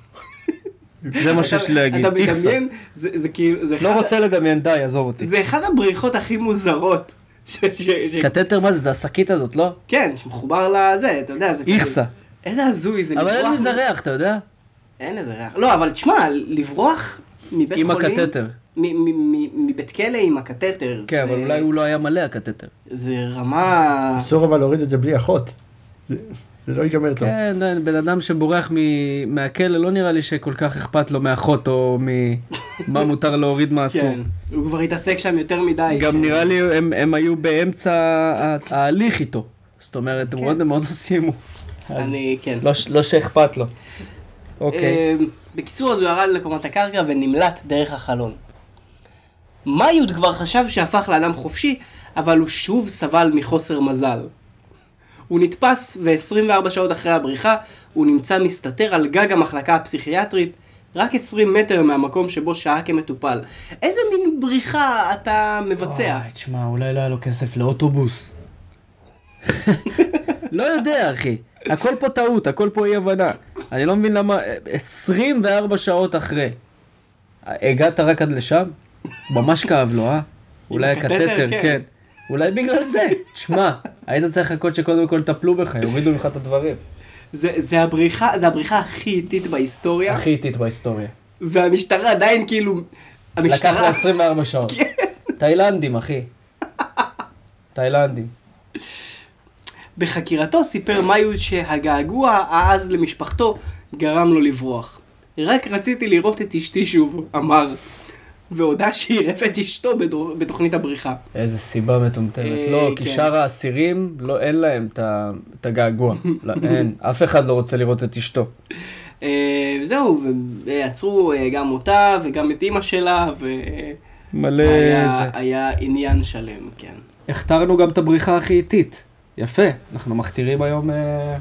A: זה מה שיש לי להגיד,
B: אתה
A: איכסה.
B: מדמיין? זה זה כאילו... זה
A: לא
B: אחד-
A: רוצה לדמיין, די, עזוב אותי.
B: זה אחד הבריחות הכי מוזרות. ש- ש- ש-
A: קטטר מה זה? זה השקית הזאת, לא?
B: כן, שמחובר לזה, אתה יודע, זה כאילו-
A: איכסה.
B: איזה הזוי זה
A: אבל
B: לברוח.
A: אין מזה ריח, אתה יודע?
B: אין לזה ריח. לא, אבל תשמע, לברוח מבית
A: עם
B: חולים.
A: הקטטר.
B: מ- מ- מ- מבית כלא עם הקטטר.
A: כן,
B: זה-
A: אבל אולי הוא לא היה מלא הקטטר.
B: זה רמה...
C: אסור אבל להוריד את זה בלי אחות. זה- זה לא ייגמר טוב.
A: כן, בן אדם שבורח מ- מהכלא, לא נראה לי שכל כך אכפת לו מאחות או ממה מותר להוריד מה אסור.
B: כן. הוא כבר התעסק שם יותר מדי. ש-
A: גם נראה לי הם, הם היו באמצע ה- ההליך איתו. זאת אומרת, הם
B: כן.
A: עוד הם עוד לא סיימו. אז
B: אני, אה, כן.
A: לא, ש- לא שאכפת לו. אוקיי.
B: אה, בקיצור, אז הוא ירד לקומת הקרקע ונמלט דרך החלון. מאיוד כבר חשב שהפך לאדם חופשי, אבל הוא שוב סבל מחוסר מזל. הוא נתפס, ו-24 שעות אחרי הבריחה, הוא נמצא מסתתר על גג המחלקה הפסיכיאטרית, רק 20 מטר מהמקום שבו שהה כמטופל. איזה מין בריחה אתה מבצע?
A: וואי, תשמע, אולי לא היה לו כסף לאוטובוס. לא יודע, אחי. הכל פה טעות, הכל פה אי הבנה. אני לא מבין למה, 24 שעות אחרי. הגעת רק עד לשם? ממש כאב לו, אה? אולי
B: הקטטר,
A: הקטטר,
B: כן.
A: כן. אולי בגלל זה. תשמע, היית צריך לחכות שקודם כל יטפלו בך, יורידו ממך את הדברים.
B: זה, זה, הבריחה, זה הבריחה הכי איטית בהיסטוריה,
A: הכי איטית בהיסטוריה.
B: והמשטרה עדיין כאילו...
A: לקח
B: המשטרה...
A: לה 24 שעות. כן. תאילנדים, אחי. תאילנדים.
B: בחקירתו סיפר מאיוד שהגעגוע העז למשפחתו גרם לו לברוח. רק רציתי לראות את אשתי שוב, אמר, והודה שעירב את אשתו בדור- בתוכנית הבריחה.
A: איזה סיבה מטומטמת.
B: אה,
A: לא, כי
B: כן.
A: שאר האסירים, לא, אין להם את ה- את הגעגוע. לא, אין. אף אחד לא רוצה לראות את אשתו.
B: אה, וזהו, ועצרו אה, גם אותה וגם את אימא שלה,
A: מלא זה.
B: והיה עניין שלם, כן.
A: הכתרנו גם את הבריחה הכי איטית. יפה, אנחנו מכתירים היום... אה,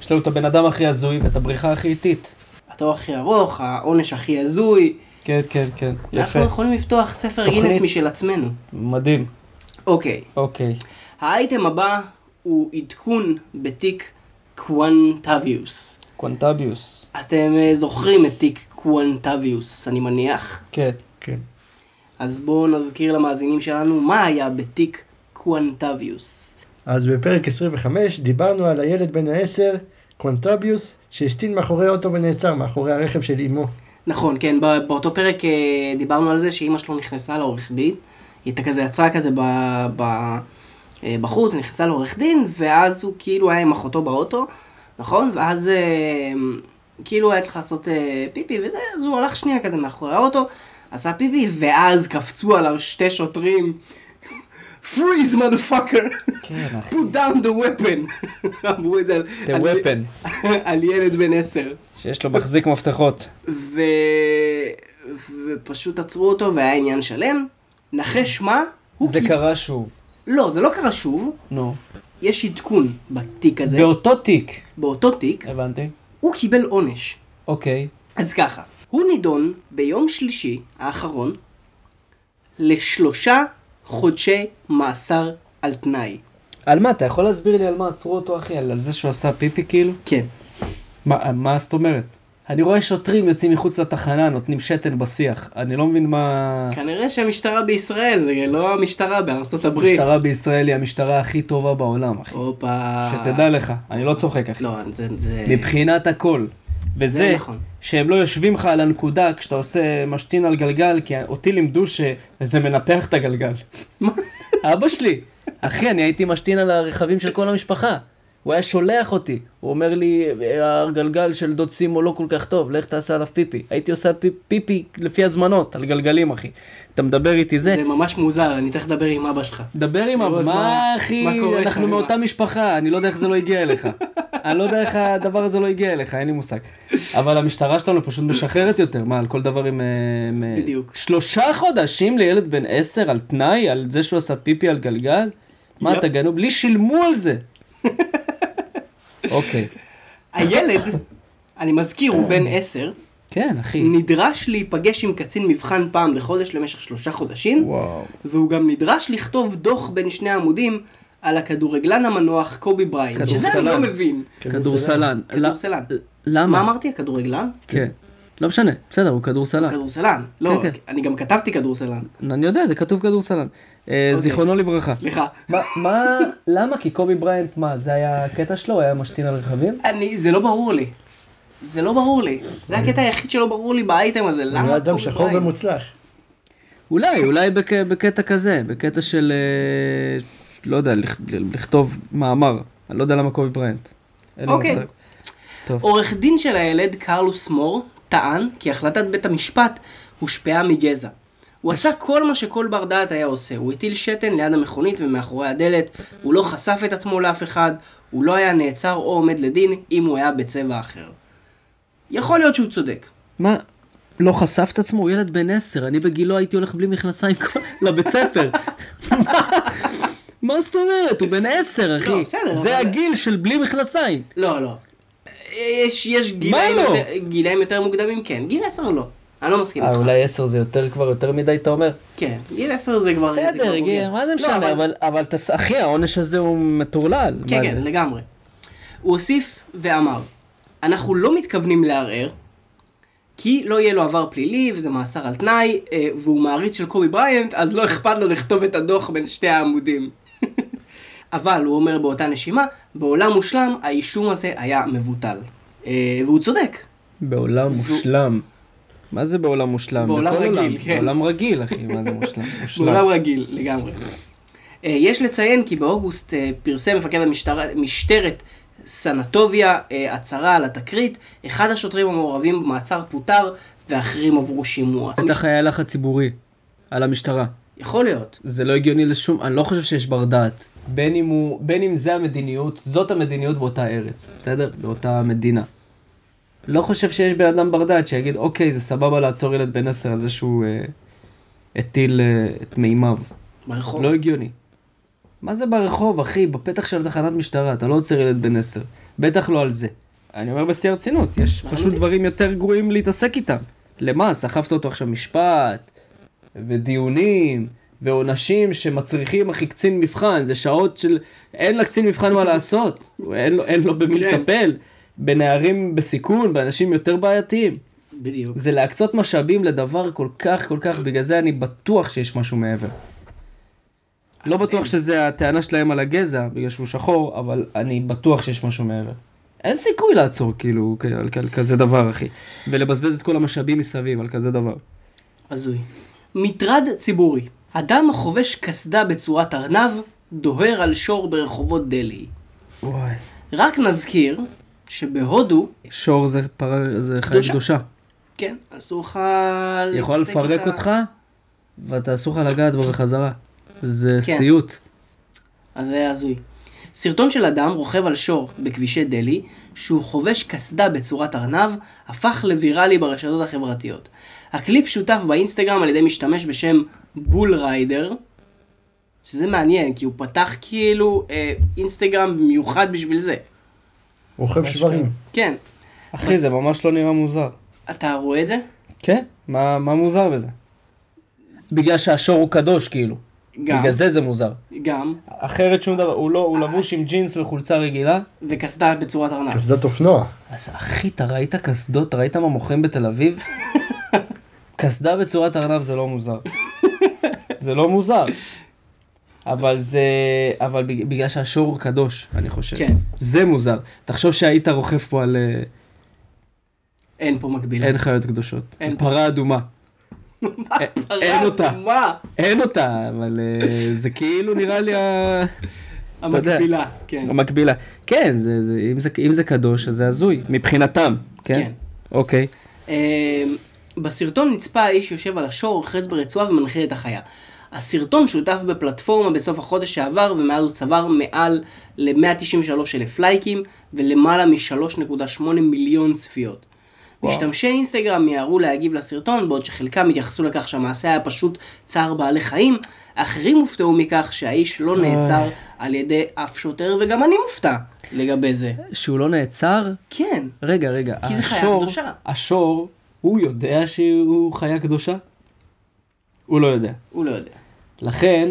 A: יש לנו את הבן אדם הכי הזוי ואת הבריחה הכי איטית.
B: התואר הכי ארוך, העונש הכי הזוי.
A: כן, כן, כן. יפה.
B: אנחנו יכולים לפתוח ספר
A: תוכנית.
B: גינס משל עצמנו.
A: מדהים.
B: אוקיי.
A: אוקיי.
B: האייטם הבא הוא עדכון בתיק קוונטביוס.
A: קוונטביוס.
B: אתם אה, זוכרים את תיק קוונטביוס, אני מניח.
A: כן.
C: כן.
B: אז בואו נזכיר למאזינים שלנו מה היה בתיק קוונטביוס.
C: אז בפרק 25 דיברנו על הילד בן העשר, קוונטביוס, שהשתין מאחורי אוטו ונעצר מאחורי הרכב של אמו.
B: נכון, כן, בא- באותו פרק אה, דיברנו על זה שאימא שלו נכנסה לעורך דין. היא הייתה כזה, יצאה כזה ב, ב, אה, בחוץ, נכנסה לעורך דין, ואז הוא כאילו היה עם אחותו באוטו, נכון? ואז אה, כאילו היה צריך לעשות אה, פיפי וזה, אז הוא הלך שנייה כזה מאחורי האוטו, עשה פיפי, ואז קפצו עליו שתי שוטרים. freeze motherfucker,
A: כן, אחי.
B: put down the weapon, אמרו את זה על,
A: The
B: על-
A: weapon,
B: על ילד בן עשר.
A: שיש לו מחזיק מפתחות.
B: ו... ופשוט עצרו אותו והיה עניין שלם. נחש מה? הוא
A: זה
B: קיב-
A: קרה שוב.
B: לא, זה לא קרה שוב,
A: נו.
B: יש עדכון בתיק הזה,
A: באותו תיק.
B: באותו תיק,
A: הבנתי.
B: הוא קיבל עונש.
A: אוקיי.
B: אז ככה, הוא נידון ביום שלישי האחרון לשלושה חודשי מאסר על תנאי.
A: על מה? אתה יכול להסביר לי על מה עצרו אותו, אחי? על על זה שהוא עשה פיפי כאילו?
B: כן.
A: מה, מה זאת אומרת? אני רואה שוטרים יוצאים מחוץ לתחנה, נותנים שתן בשיח. אני לא מבין מה...
B: כנראה שהמשטרה בישראל, זה לא המשטרה בארצות הברית.
A: המשטרה בישראל היא המשטרה הכי טובה בעולם, אחי.
B: הופה.
A: שתדע לך, אני לא צוחק, אחי.
B: לא, זה... זה...
A: מבחינת הכל.
B: זה
A: וזה
B: נכון.
A: שהם לא יושבים לך על הנקודה כשאתה עושה משתין על גלגל, כי אותי לימדו שזה מנפח את הגלגל. אבא שלי, אחי, אני הייתי משתין על הרכבים של כל המשפחה. הוא היה שולח אותי, הוא אומר לי, הגלגל של דוד סימו לא כל כך טוב, לך תעשה עליו פיפי. הייתי עושה פי- פיפי לפי הזמנות, על גלגלים, אחי. אתה מדבר איתי זה?
B: זה ממש מוזר, אני צריך לדבר עם אבא שלך.
A: דבר עם
B: לראות
A: אבא,
B: מה-
A: מה אחי,
B: מה קורה שם,
A: אנחנו
B: מה-
A: מאותה משפחה, אני לא יודע איך זה לא הגיע אליך. אני לא יודע איך הדבר הזה לא הגיע אליך, אין לי מושג. אבל המשטרה שלנו פשוט משחררת יותר, מה, על כל דבר עם... אה, מ-
B: בדיוק.
A: שלושה חודשים לילד בן עשר על תנאי, על זה שהוא עשה פיפי על גלגל? מה,
B: יפ.
A: אתה גנוב? לי שילמו על זה. אוקיי.
B: הילד, אני מזכיר, הוא בן עשר,
A: כן, אחי.
B: נדרש להיפגש עם קצין מבחן פעם בחודש למשך שלושה חודשים,
A: וואו.
B: והוא גם נדרש לכתוב דוח בין שני עמודים על הכדורגלן המנוח קובי בריין, שזה אני
A: כדורסלן. כן.
B: לא מבין.
A: כדורסלן.
B: כדורסלן. מה
A: למה?
B: אמרתי? הכדורגלן?
A: כן. לא משנה, בסדר, הוא כדורסלן.
B: כדורסלן. לא,
A: כן, כן.
B: אני גם כתבתי כדורסלן.
A: אני יודע, זה כתוב כדורסלן.
B: אוקיי.
A: אה, זיכרונו לברכה.
B: סליחה.
A: מה, מה, למה? כי קובי בריינט, מה, זה היה הקטע שלו? הוא היה משתין על רכבים?
B: אני, זה לא ברור לי. זה לא ברור לי. זה הקטע היחיד שלא ברור לי באייטם הזה,
C: הוא
B: למה...
C: היה אדם
B: קובי
C: שחור
B: בריינט?
C: ומוצלח.
A: אולי, אולי בק... בקטע כזה, בקטע של, אה, לא יודע, לכ... לכתוב מאמר. אני לא יודע למה קובי בריינט. אין לי
B: אוקיי.
A: מושג. טוב.
B: עורך דין של הילד, קרלוס מור, טען כי החלטת בית המשפט הושפעה מגזע. הוא עשה כל מה שכל בר דעת היה עושה. הוא הטיל שתן ליד המכונית ומאחורי הדלת, הוא לא חשף את עצמו לאף אחד, הוא לא היה נעצר או עומד לדין אם הוא היה בצבע אחר. יכול להיות שהוא צודק.
A: מה? לא חשף את עצמו? הוא ילד בן עשר, אני בגילו הייתי הולך בלי מכנסיים כל- לבית ספר. מה זאת אומרת? הוא בן עשר,
B: לא,
A: אחי.
B: בסדר, אבל-
A: זה הגיל של בלי מכנסיים.
B: לא, לא. יש, יש גילאים,
A: לא?
B: יותר, גילאים יותר מוקדמים, כן. גיל 10 לא. אני לא מסכים
A: אה,
B: איתך.
A: אולי עשר זה יותר כבר, יותר מדי, אתה אומר?
B: כן, גיל 10 זה כבר... זה כבר
A: בסדר,
B: בוגר.
A: גיל, מה זה
B: לא,
A: משנה? אבל- אבל תס- אחי, העונש הזה הוא מטורלל.
B: כן,
A: מה
B: כן,
A: זה?
B: לגמרי. הוא הוסיף ואמר, אנחנו לא מתכוונים לערער, כי לא יהיה לו עבר פלילי, וזה מאסר על תנאי, אה, והוא מעריץ של קובי בריינט, אז לא אכפת לו לכתוב את הדוח בין שתי העמודים. אבל, הוא אומר באותה נשימה, בעולם מושלם, האישום הזה היה מבוטל. אה, והוא צודק.
A: בעולם מושלם. מה זה בעולם מושלם?
B: בעולם
A: בכל
B: רגיל,
A: עולם.
B: כן.
A: בעולם רגיל, אחי, מה זה מושלם? מושלם.
B: בעולם רגיל, לגמרי. אה, יש לציין כי באוגוסט אה, פרסם מפקד המשטרה- משטרת סנטוביה אה, הצהרה על התקרית, אחד השוטרים המעורבים במעצר פוטר ואחרים עברו שימוע.
A: בטח היה לחץ ציבורי על המשטרה.
B: יכול להיות.
A: זה לא הגיוני לשום, אני לא חושב שיש בר דעת. בין אם, הוא, בין אם זה המדיניות, זאת המדיניות באותה ארץ, בסדר? באותה מדינה. לא חושב שיש בן אדם בר דעת שיגיד, אוקיי, זה סבבה לעצור ילד בן עשר על זה שהוא אה, הטיל אה, את מימיו.
B: ברחוב.
A: לא הגיוני. מה זה ברחוב, אחי? בפתח של תחנת משטרה, אתה לא עוצר ילד בן עשר. בטח לא על זה. אני אומר בשיא הרצינות, יש פשוט דברים יותר גרועים להתעסק איתם. למה? סחבת אותו עכשיו משפט, ודיונים, ועונשים שמצריכים אחי קצין מבחן, זה שעות של... אין לקצין מבחן מה לעשות, אין לו, אין לו במי
B: כן.
A: לטפל. בנערים בסיכון, באנשים יותר בעייתיים.
B: בדיוק.
A: זה להקצות משאבים לדבר כל כך כל כך, בגלל זה אני בטוח שיש משהו מעבר. לא בטוח שזה הטענה שלהם על הגזע, בגלל שהוא שחור, אבל אני בטוח שיש משהו מעבר. אין סיכוי לעצור כאילו כ- על, על כזה דבר, אחי. ולבזבז את כל המשאבים מסביב על כזה דבר.
B: הזוי. מטרד ציבורי. אדם החובש קסדה בצורת ארנב, דוהר על שור ברחובות דלהי.
A: וואי.
B: רק נזכיר שבהודו,
A: שור זה, פר... זה חיה
B: קדושה.
A: קדושה.
B: כן, אסור לך...
A: יכול
B: להתעסק
A: לפרק
B: איתה.
A: אותך, ואתה אסור לך לגעת בו בחזרה. זה
B: כן.
A: סיוט.
B: אז זה היה הזוי. סרטון של אדם רוכב על שור בכבישי דלהי, שהוא חובש קסדה בצורת ארנב, הפך לוויראלי ברשתות החברתיות. הקליפ שותף באינסטגרם על ידי משתמש בשם בול ריידר, שזה מעניין, כי הוא פתח כאילו אה, אינסטגרם במיוחד בשביל זה.
C: רוכב שברים.
B: כן,
A: אחי, זה ממש לא נראה מוזר.
B: אתה רואה את זה?
A: כן? מה, מה מוזר בזה? בגלל שהשור הוא קדוש, כאילו.
B: גם,
A: בגלל זה זה מוזר.
B: גם,
A: אחרת שום דבר, הוא לא, הוא לבוש עם ג'ינס וחולצה רגילה.
B: וקסדה בצורת
A: כן.
B: ארנב.
C: קסדת אופנוע.
A: אז אחי, אתה ראית קסדות? אתה ראית מה מוכרים בתל אביב? קסדה בצורת ארנב זה לא מוזר. זה לא מוזר. אבל זה... אבל בג- בגלל שהשור הוא קדוש, אני חושב.
B: כן.
A: זה מוזר. תחשוב שהיית רוכב פה על אה,
B: אין פה מקבילה.
A: כן. אין חיות קדושות.
B: אין.
A: פרה אדומה. אה, אין אותה.
B: מה?
A: אין אותה, אבל אה, זה כאילו נראה לי ה...
B: כן.
A: יודע.
B: המקבילה, כן.
A: המקבילה. כן, זה, זה, אם, זה, אם זה קדוש, אז זה הזוי, מבחינתם, כן?
B: כן.
A: כן. אוקיי.
B: אמ, בסרטון נצפה האיש יושב על השור, אוחז ברצועה ומנחיר את החיה. הסרטון שותף בפלטפורמה בסוף החודש שעבר, ומאז הוא צבר מעל ל-193 אלף לייקים, ולמעלה מ-3.8 מיליון צפיות.
A: וואו.
B: משתמשי אינסטגרם מיהרו להגיב לסרטון, בעוד שחלקם התייחסו לכך שהמעשה היה פשוט צער בעלי חיים, אחרים הופתעו מכך שהאיש לא נעצר על ידי אף שוטר, וגם אני מופתע לגבי זה.
A: שהוא לא נעצר?
B: כן,
A: רגע, רגע.
B: כי זה חיה
A: השור-
B: קדושה.
A: השור, הוא יודע שהוא חיה קדושה? הוא לא יודע.
B: הוא לא יודע.
A: לכן,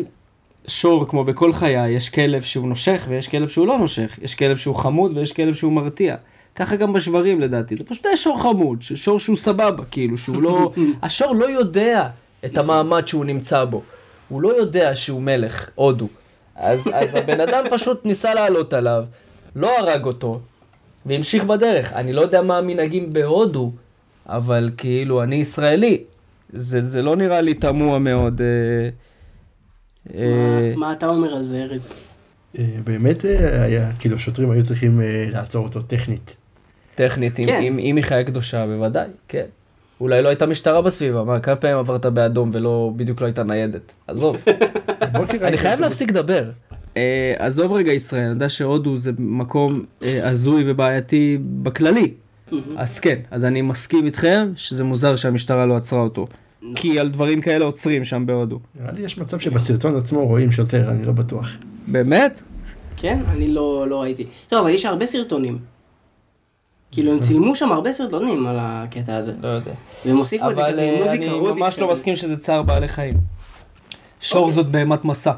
A: שור, כמו בכל חיה, יש כלב שהוא נושך ויש כלב שהוא לא נושך. יש כלב שהוא חמוד ויש כלב שהוא מרתיע. ככה גם בשברים לדעתי. זה פשוט היה שור חמוד, ש- שור שהוא סבבה, כאילו, שהוא לא... השור לא יודע את המעמד שהוא נמצא בו. הוא לא יודע שהוא מלך, הודו. אז, אז הבן אדם פשוט ניסה לעלות עליו, לא הרג אותו, והמשיך בדרך. אני לא יודע מה המנהגים בהודו, אבל כאילו, אני ישראלי. זה, זה לא נראה לי תמוה מאוד. אה, אה,
B: מה- מה אתה אומר על זה, ארז?
C: אה, באמת אה, היה, כאילו השוטרים היו צריכים אה, לעצור אותו טכנית.
A: טכנית, אם-
B: כן.
A: אם אם היא חיה קדושה, בוודאי, כן. אולי לא הייתה משטרה בסביבה, מה, כמה פעמים עברת באדום ולא, בדיוק לא הייתה ניידת? עזוב.
C: בבוקר
A: אני
C: ראיתי
A: חייב
C: אותו-
A: להפסיק לדבר. אה, עזוב רגע ישראל, אני יודע שהודו זה מקום אה, הזוי ובעייתי בכללי. אז כן, אז אני מסכים איתכם שזה מוזר שהמשטרה לא עצרה אותו. כי על דברים כאלה עוצרים שם בהודו.
C: נראה לי יש מצב שבסרטון עצמו רואים שוטר, אני לא בטוח.
A: באמת?
B: כן? אני לא לא ראיתי. טוב, אבל יש הרבה סרטונים. כאילו,
A: אה.
B: הם צילמו שם הרבה סרטונים על הקטע הזה.
A: לא יודע.
B: והם הוסיפו את זה
A: אבל
B: כזה עם
A: אה,
B: מוזיקה
A: אני
B: הודית
A: ממש לא
B: כזה.
A: מסכים שזה צער בעלי חיים. שור
B: אוקיי.
A: זאת בהמת מסע.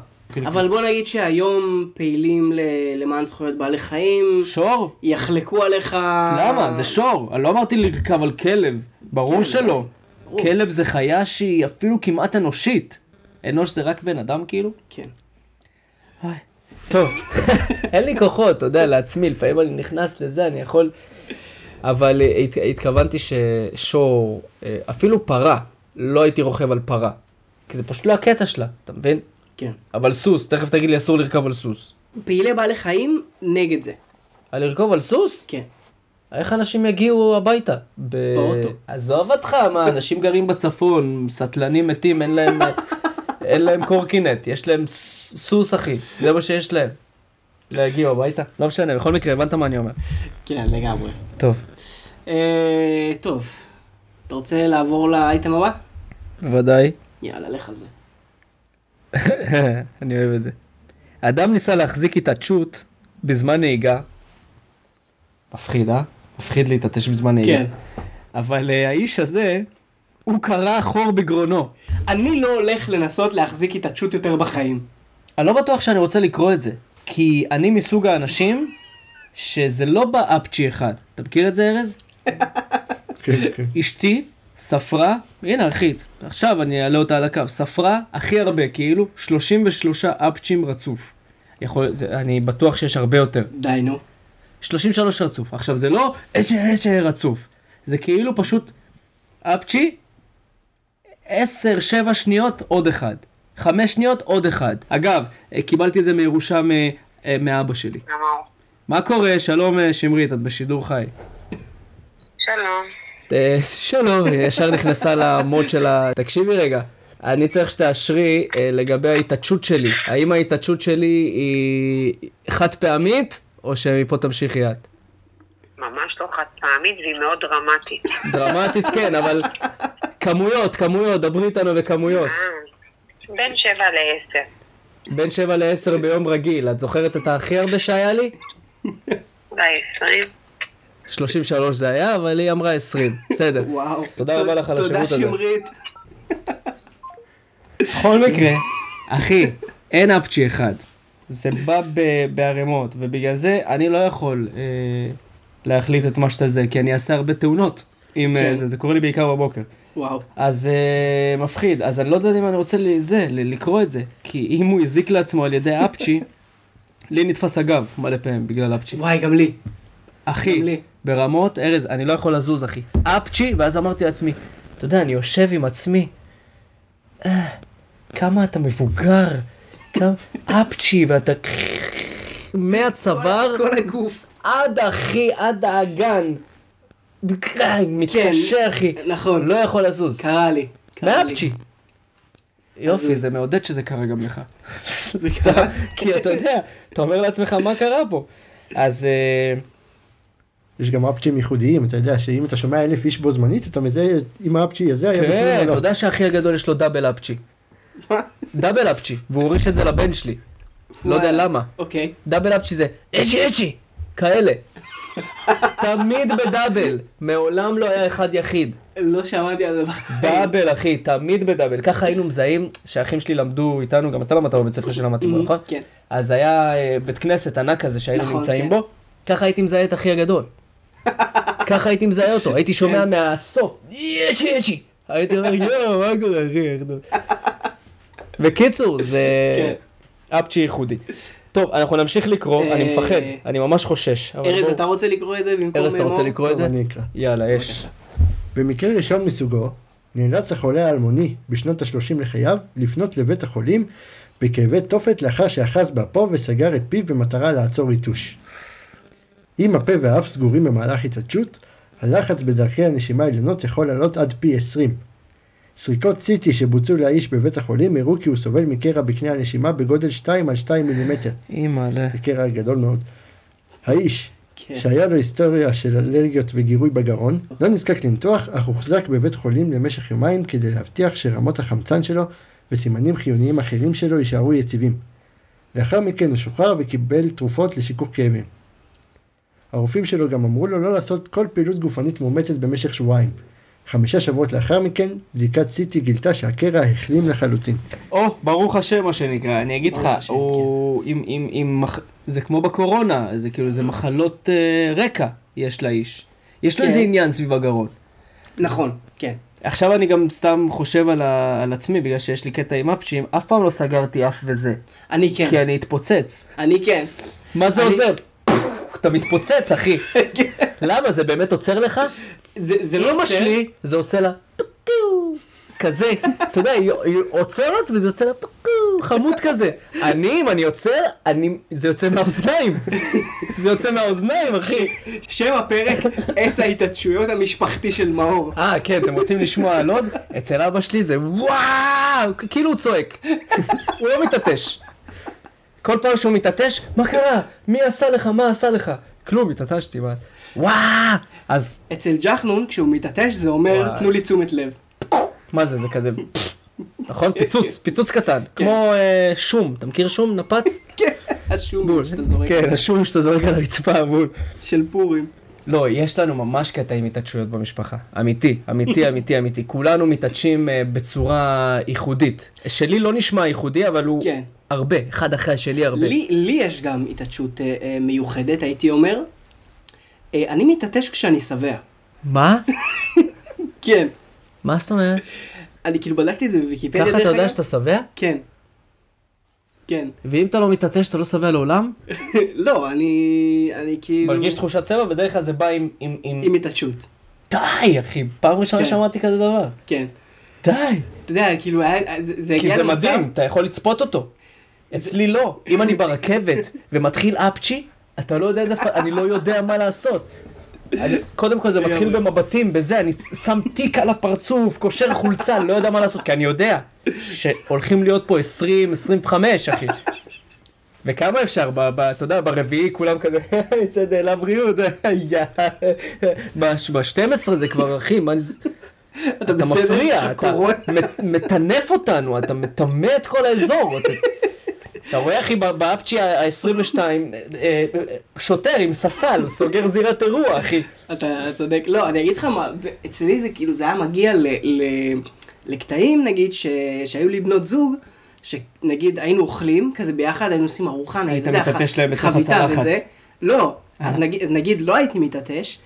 B: אבל בוא נגיד שהיום פעילים ל- למען זכויות בעלי חיים,
A: שור?
B: יחלקו עליך...
A: למה? זה שור. אני לא אמרתי לרכב על כלב. ברור
B: כן,
A: שלא.
B: ברור.
A: כלב זה חיה שהיא אפילו כמעט אנושית. אנוש זה רק בן אדם כאילו?
B: כן.
A: טוב, אין לי כוחות, אתה יודע, לעצמי, לפעמים אני נכנס לזה, אני יכול... אבל אה, הת- התכוונתי ששור, אה, אפילו פרה, לא הייתי רוכב על פרה. כי זה פשוט לא הקטע שלה, אתה מבין?
B: כן.
A: אבל סוס, תכף תגיד לי אסור לרכב על סוס.
B: פעילי בעלי חיים נגד זה.
A: על לרכוב על סוס?
B: כן.
A: איך אנשים יגיעו הביתה? ב...
B: באוטו.
A: עזוב אותך, מה, אנשים גרים בצפון, סטלנים מתים, אין להם, אין להם קורקינט, יש להם ס- סוס, אחי, זה מה שיש להם. להגיע הביתה? לא משנה, בכל מקרה, הבנת מה אני אומר.
B: כן, לגמרי.
A: טוב,
B: אה, טוב. אתה רוצה לעבור לאייטם הבא?
A: בוודאי.
B: יאללה, לך על זה.
A: אני אוהב את זה. אדם ניסה להחזיק התעטשות בזמן נהיגה. מפחיד, אה? מפחיד להתעטש בזמן נהיגה.
B: כן.
A: אבל אה, האיש הזה, הוא קרע חור בגרונו.
B: אני לא הולך לנסות להחזיק התעטשות יותר בחיים.
A: אני לא בטוח שאני רוצה לקרוא את זה, כי אני מסוג האנשים שזה לא באפצ'י אחד. אתה מכיר את זה, ארז?
C: כן, כן.
A: אשתי ספרה, הנה אחי, עכשיו אני אעלה אותה על הקו, ספרה הכי הרבה, כאילו 33 אפצ'ים רצוף. יכול, זה- אני בטוח שיש הרבה יותר.
B: די, נו.
A: 33 רצוף. עכשיו זה לא אצ'ה אצ'ה רצוף, זה כאילו פשוט אפצ'י, 10, 7 שניות עוד אחד, 5 שניות עוד אחד. אגב, אה, קיבלתי את זה מירושה מ- אה, מאבא שלי.
E: אמר,
A: מה קורה? שלום אה, שמרית, את בשידור חי.
E: שלום,
A: אה, שלום, היא ישר נכנסה למוד של ה... תקשיבי רגע, אני צריך שתאשרי אה, לגבי ההתעטשות שלי. האם ההתעטשות שלי היא חד פעמית, או שמפה תמשיכי את?
E: ממש לא חד פעמית והיא מאוד דרמטית.
A: דרמטית כן, אבל כמויות, כמויות, דברי איתנו בכמויות.
E: אה, בין שבע לעשר.
A: בין 7 ל-10 ביום רגיל, את זוכרת את הכי הרבה שהיה לי?
E: אולי עשרים.
A: 33 זה היה, אבל היא אמרה 20, בסדר.
B: וואו.
A: תודה רבה לך על השירות הזה.
B: תודה, שמרית.
A: בכל מקרה, אחי, אין אפצ'י אחד. זה בא ב- בערימות, ובגלל זה אני לא יכול אה, להחליט את מה שאתה זה, כי אני אעשה הרבה תאונות. עם
B: כן.
A: אה, זה, זה קורה לי בעיקר בבוקר.
B: וואו.
A: אז אה, מפחיד, אז אני לא יודע אם אני רוצה ל- זה, ל- לקרוא את זה, כי אם הוא הזיק לעצמו על ידי אפצ'י, לי נתפס הגב מלא פעמים בגלל אפצ'י.
B: וואי, גם לי.
A: אחי,
B: גם לי.
A: ברמות, ארז, אני לא יכול לזוז, אחי. אפצ'י, ואז אמרתי לעצמי, אתה יודע, אני יושב עם עצמי, אה, כמה אתה מבוגר, כמה... אפצ'י, ואתה... מהצוואר
B: כל הגוף.
A: עד אחי, עד האגן. מתקשה, אחי.
B: כן. נכון.
A: לא יכול לזוז.
B: קרה לי. קרה לי.
A: מאפצ'י. יופי,
B: הזוי.
A: זה מעודד שזה קרה גם לך. זה סתם, כי אתה יודע, אתה אומר לעצמך מה קרה פה. אז אה,
C: יש גם אפצ'ים ייחודיים, אתה יודע, שאם אתה שומע אלף איש בו זמנית, אתה מזהה אם האפצ'י הזה היה
A: כן,
C: בפנים
A: אתה
C: או לא.
A: יודע שהאחי הגדול יש לו דאבל אפצ'י. דאבל אפצ'י, והוא הוריש את זה לבן שלי. לא יודע
B: וואלה.
A: למה.
B: אוקיי.
A: דאבל אפצ'י זה אצ'י אצ'י, כאלה. תמיד בדאבל, מעולם לא היה אחד יחיד.
B: לא שמעתי על זה בחיים.
A: דאבל אחי, תמיד בדאבל. ככה היינו מזהים, שהאחים שלי למדו איתנו, גם אתה למדת בבית ספר שלמדתי בו,
B: Mhm,
A: נכון?
B: כן.
A: אז היה אה, בית כנסת ענק כזה שהיינו
B: נכון,
A: נמצאים
B: כן.
A: בו, ככה הייתי מזהה את אחי הגדול. ככה הייתי מזהה אותו, הייתי שומע מהסוף, יצ'י יצ'י. הייתי אומר, יואו, מה קורה אחי? איך אתה-" בקיצור, זה
B: כן.
A: אפצ'י ייחודי.
F: טוב, אנחנו נמשיך לקרוא,
B: אה,
F: אני מפחד, אני ממש חושש. אבל
B: ארז,
F: בואו-
B: אתה רוצה לקרוא את זה במקום
F: ארז, אתה רוצה
B: מור?
F: לקרוא את
C: טוב,
F: זה?
C: אני אקרא.
F: יאללה, יש.
B: בבקשה.
C: במקרה ראשון מסוגו, נאלץ החולה האלמוני בשנות ה-30 לחייו לפנות לבית החולים בכאבי תופת לאחר שאחז באפו וסגר את פיו במטרה לעצור ריטוש. אם הפה והאף סגורים במהלך התעדשות, הלחץ בדרכי הנשימה העליונות יכול לעלות עד פי 20. סריקות CT שבוצעו לאיש בבית החולים הראו כי הוא סובל מקרע בקנה הנשימה בגודל 2 על 2 מילימטר.
F: אימא'לה.
C: זה קרע גדול מאוד. האיש,
B: כן.
C: שהיה לו היסטוריה של אלרגיות וגירוי בגרון, לא נזקק לניתוח, אך הוחזק בבית חולים למשך יומיים כדי להבטיח שרמות החמצן שלו וסימנים חיוניים אחרים שלו יישארו יציבים. לאחר מכן הוא שוחרר וקיבל תרופות לשיכוך כאבים. הרופאים שלו גם אמרו לו לא לעשות כל פעילות גופנית מאומצת במשך שבועיים. חמישה שבועות לאחר מכן, בדיקת CT גילתה שהקרע החלים לחלוטין.
A: או, ברוך השם, מה שנקרא, אני אגיד לך,
B: ברוך השם,
A: הוא... אם, אם, אם, מח- זה כמו בקורונה, זה כאילו, זה מחלות אה, רקע יש לאיש. יש לו
B: כן.
A: איזה עניין סביב הגרון.
B: נכון, כן.
A: עכשיו אני גם סתם חושב על, ה... על עצמי, בגלל שיש לי קטע עם אפצ'ים, אף פעם לא סגרתי אף וזה,
B: אני כן.
A: כי אני אתפוצץ.
B: אני כן.
A: מה זה
B: אני-
A: עוזר? אתה מתפוצץ, אחי. למה? זה באמת עוצר לך?
B: זה זה לא
A: אמא
B: עוצר.
A: שלי, זה עושה לה פקו, כזה, אתה יודע, היא היא עוצרת וזה יוצא לה פקו, חמוד כזה. אני, אם אני עוצר, אני, זה יוצא מהאוזניים. זה יוצא מהאוזניים, אחי.
B: שם הפרק, עץ ההתעטשויות המשפחתי של מאור.
A: אה, כן, אתם רוצים לשמוע על עוד? אצל אבא שלי זה וואו, כ- כאילו הוא צועק. הוא לא מתעטש. כל פעם שהוא מתעטש, מה קרה? מי עשה לך? מה עשה לך? כלום, התעטשתי, מה? וואו! אז,
B: אצל ג'חנון, כשהוא מתעטש, זה אומר,
A: וואי.
B: תנו לי תשומת לב.
A: מה זה, זה כזה... נכון? פיצוץ, פיצוץ קטן.
B: כן.
A: כמו אה, שום, אתה מכיר שום? נפץ?
B: השום שאתה זורק.
A: כן, השום שאתה זורק על הרצפה, בול.
B: של פורים.
A: לא, יש לנו ממש קטע עם התעטשויות במשפחה. אמיתי, אמיתי, אמיתי, אמיתי. כולנו מתעטשים אה, בצורה ייחודית. שלי לא נשמע ייחודי, אבל הוא
B: כן.
A: הרבה, אחד אחרי השני הרבה.
B: לי, לי יש גם התעטשות אה, אה, מיוחדת, הייתי אומר. אה, אני מתעטש כשאני שבע.
A: מה?
B: כן.
A: מה זאת אומרת?
B: אני כאילו בדקתי את זה בוויקיפדיה.
A: ככה אתה
B: דרך
A: יודע
B: אגב.
A: שאתה שבע?
B: כן. כן.
A: ואם אתה לא מתעטש, אתה לא שבע לעולם?
B: לא, אני... אני כאילו...
A: מרגיש תחושת צבע, בדרך כלל זה בא עם... עם- עם-
B: עם התעטשות.
A: די, אחי, פעם ראשונה
B: כן.
A: שמעתי כזה דבר.
B: כן.
A: די.
B: אתה יודע, כאילו, היה- זה זה
A: כי
B: הגיע
A: זה
B: למצב-
A: מדהים, אתה יכול לצפות אותו. אצלי לא. אם אני ברכבת ומתחיל אפצ'י, אתה לא יודע איזה... פ- אני לא יודע מה לעשות. אני, קודם כל זה מתחיל במבטים, בזה, אני שם תיק על הפרצוף, קושר חולצה, לא יודע מה לעשות, כי אני יודע שהולכים להיות פה 20, 25, אחי. וכמה אפשר, ב, ב, אתה יודע, ברביעי כולם כזה, בסדר, לבריאות, יא. מה, ב-12 זה כבר, אחי, מה, זה-
B: אתה
A: אתה
B: בסדר?
A: מפריע,
B: עכשיו
A: אתה
B: קורונה.
A: מט- מטנף אותנו, אתה מטמא את כל האזור. אתה- אתה רואה אחי ב- באפצ'י ה-22, אה, שוטר עם ססל, הוא סוגר זירת אירוע אחי.
B: אתה צודק. לא, אני אגיד לך מה, זה- אצלי זה כאילו, זה היה מגיע ל- ל- לקטעים, נגיד, ש- שהיו לי בנות זוג, שנגיד היינו אוכלים כזה ביחד, היינו עושים ארוחה, נגיד,
A: היית
B: אתה יודע,
A: מתעטש
B: ח-
A: להם בתוך
B: חביתה
A: הצלחת. אה.
B: וזה. לא, אז נגיד- אז נגיד לא הייתי מתעטש,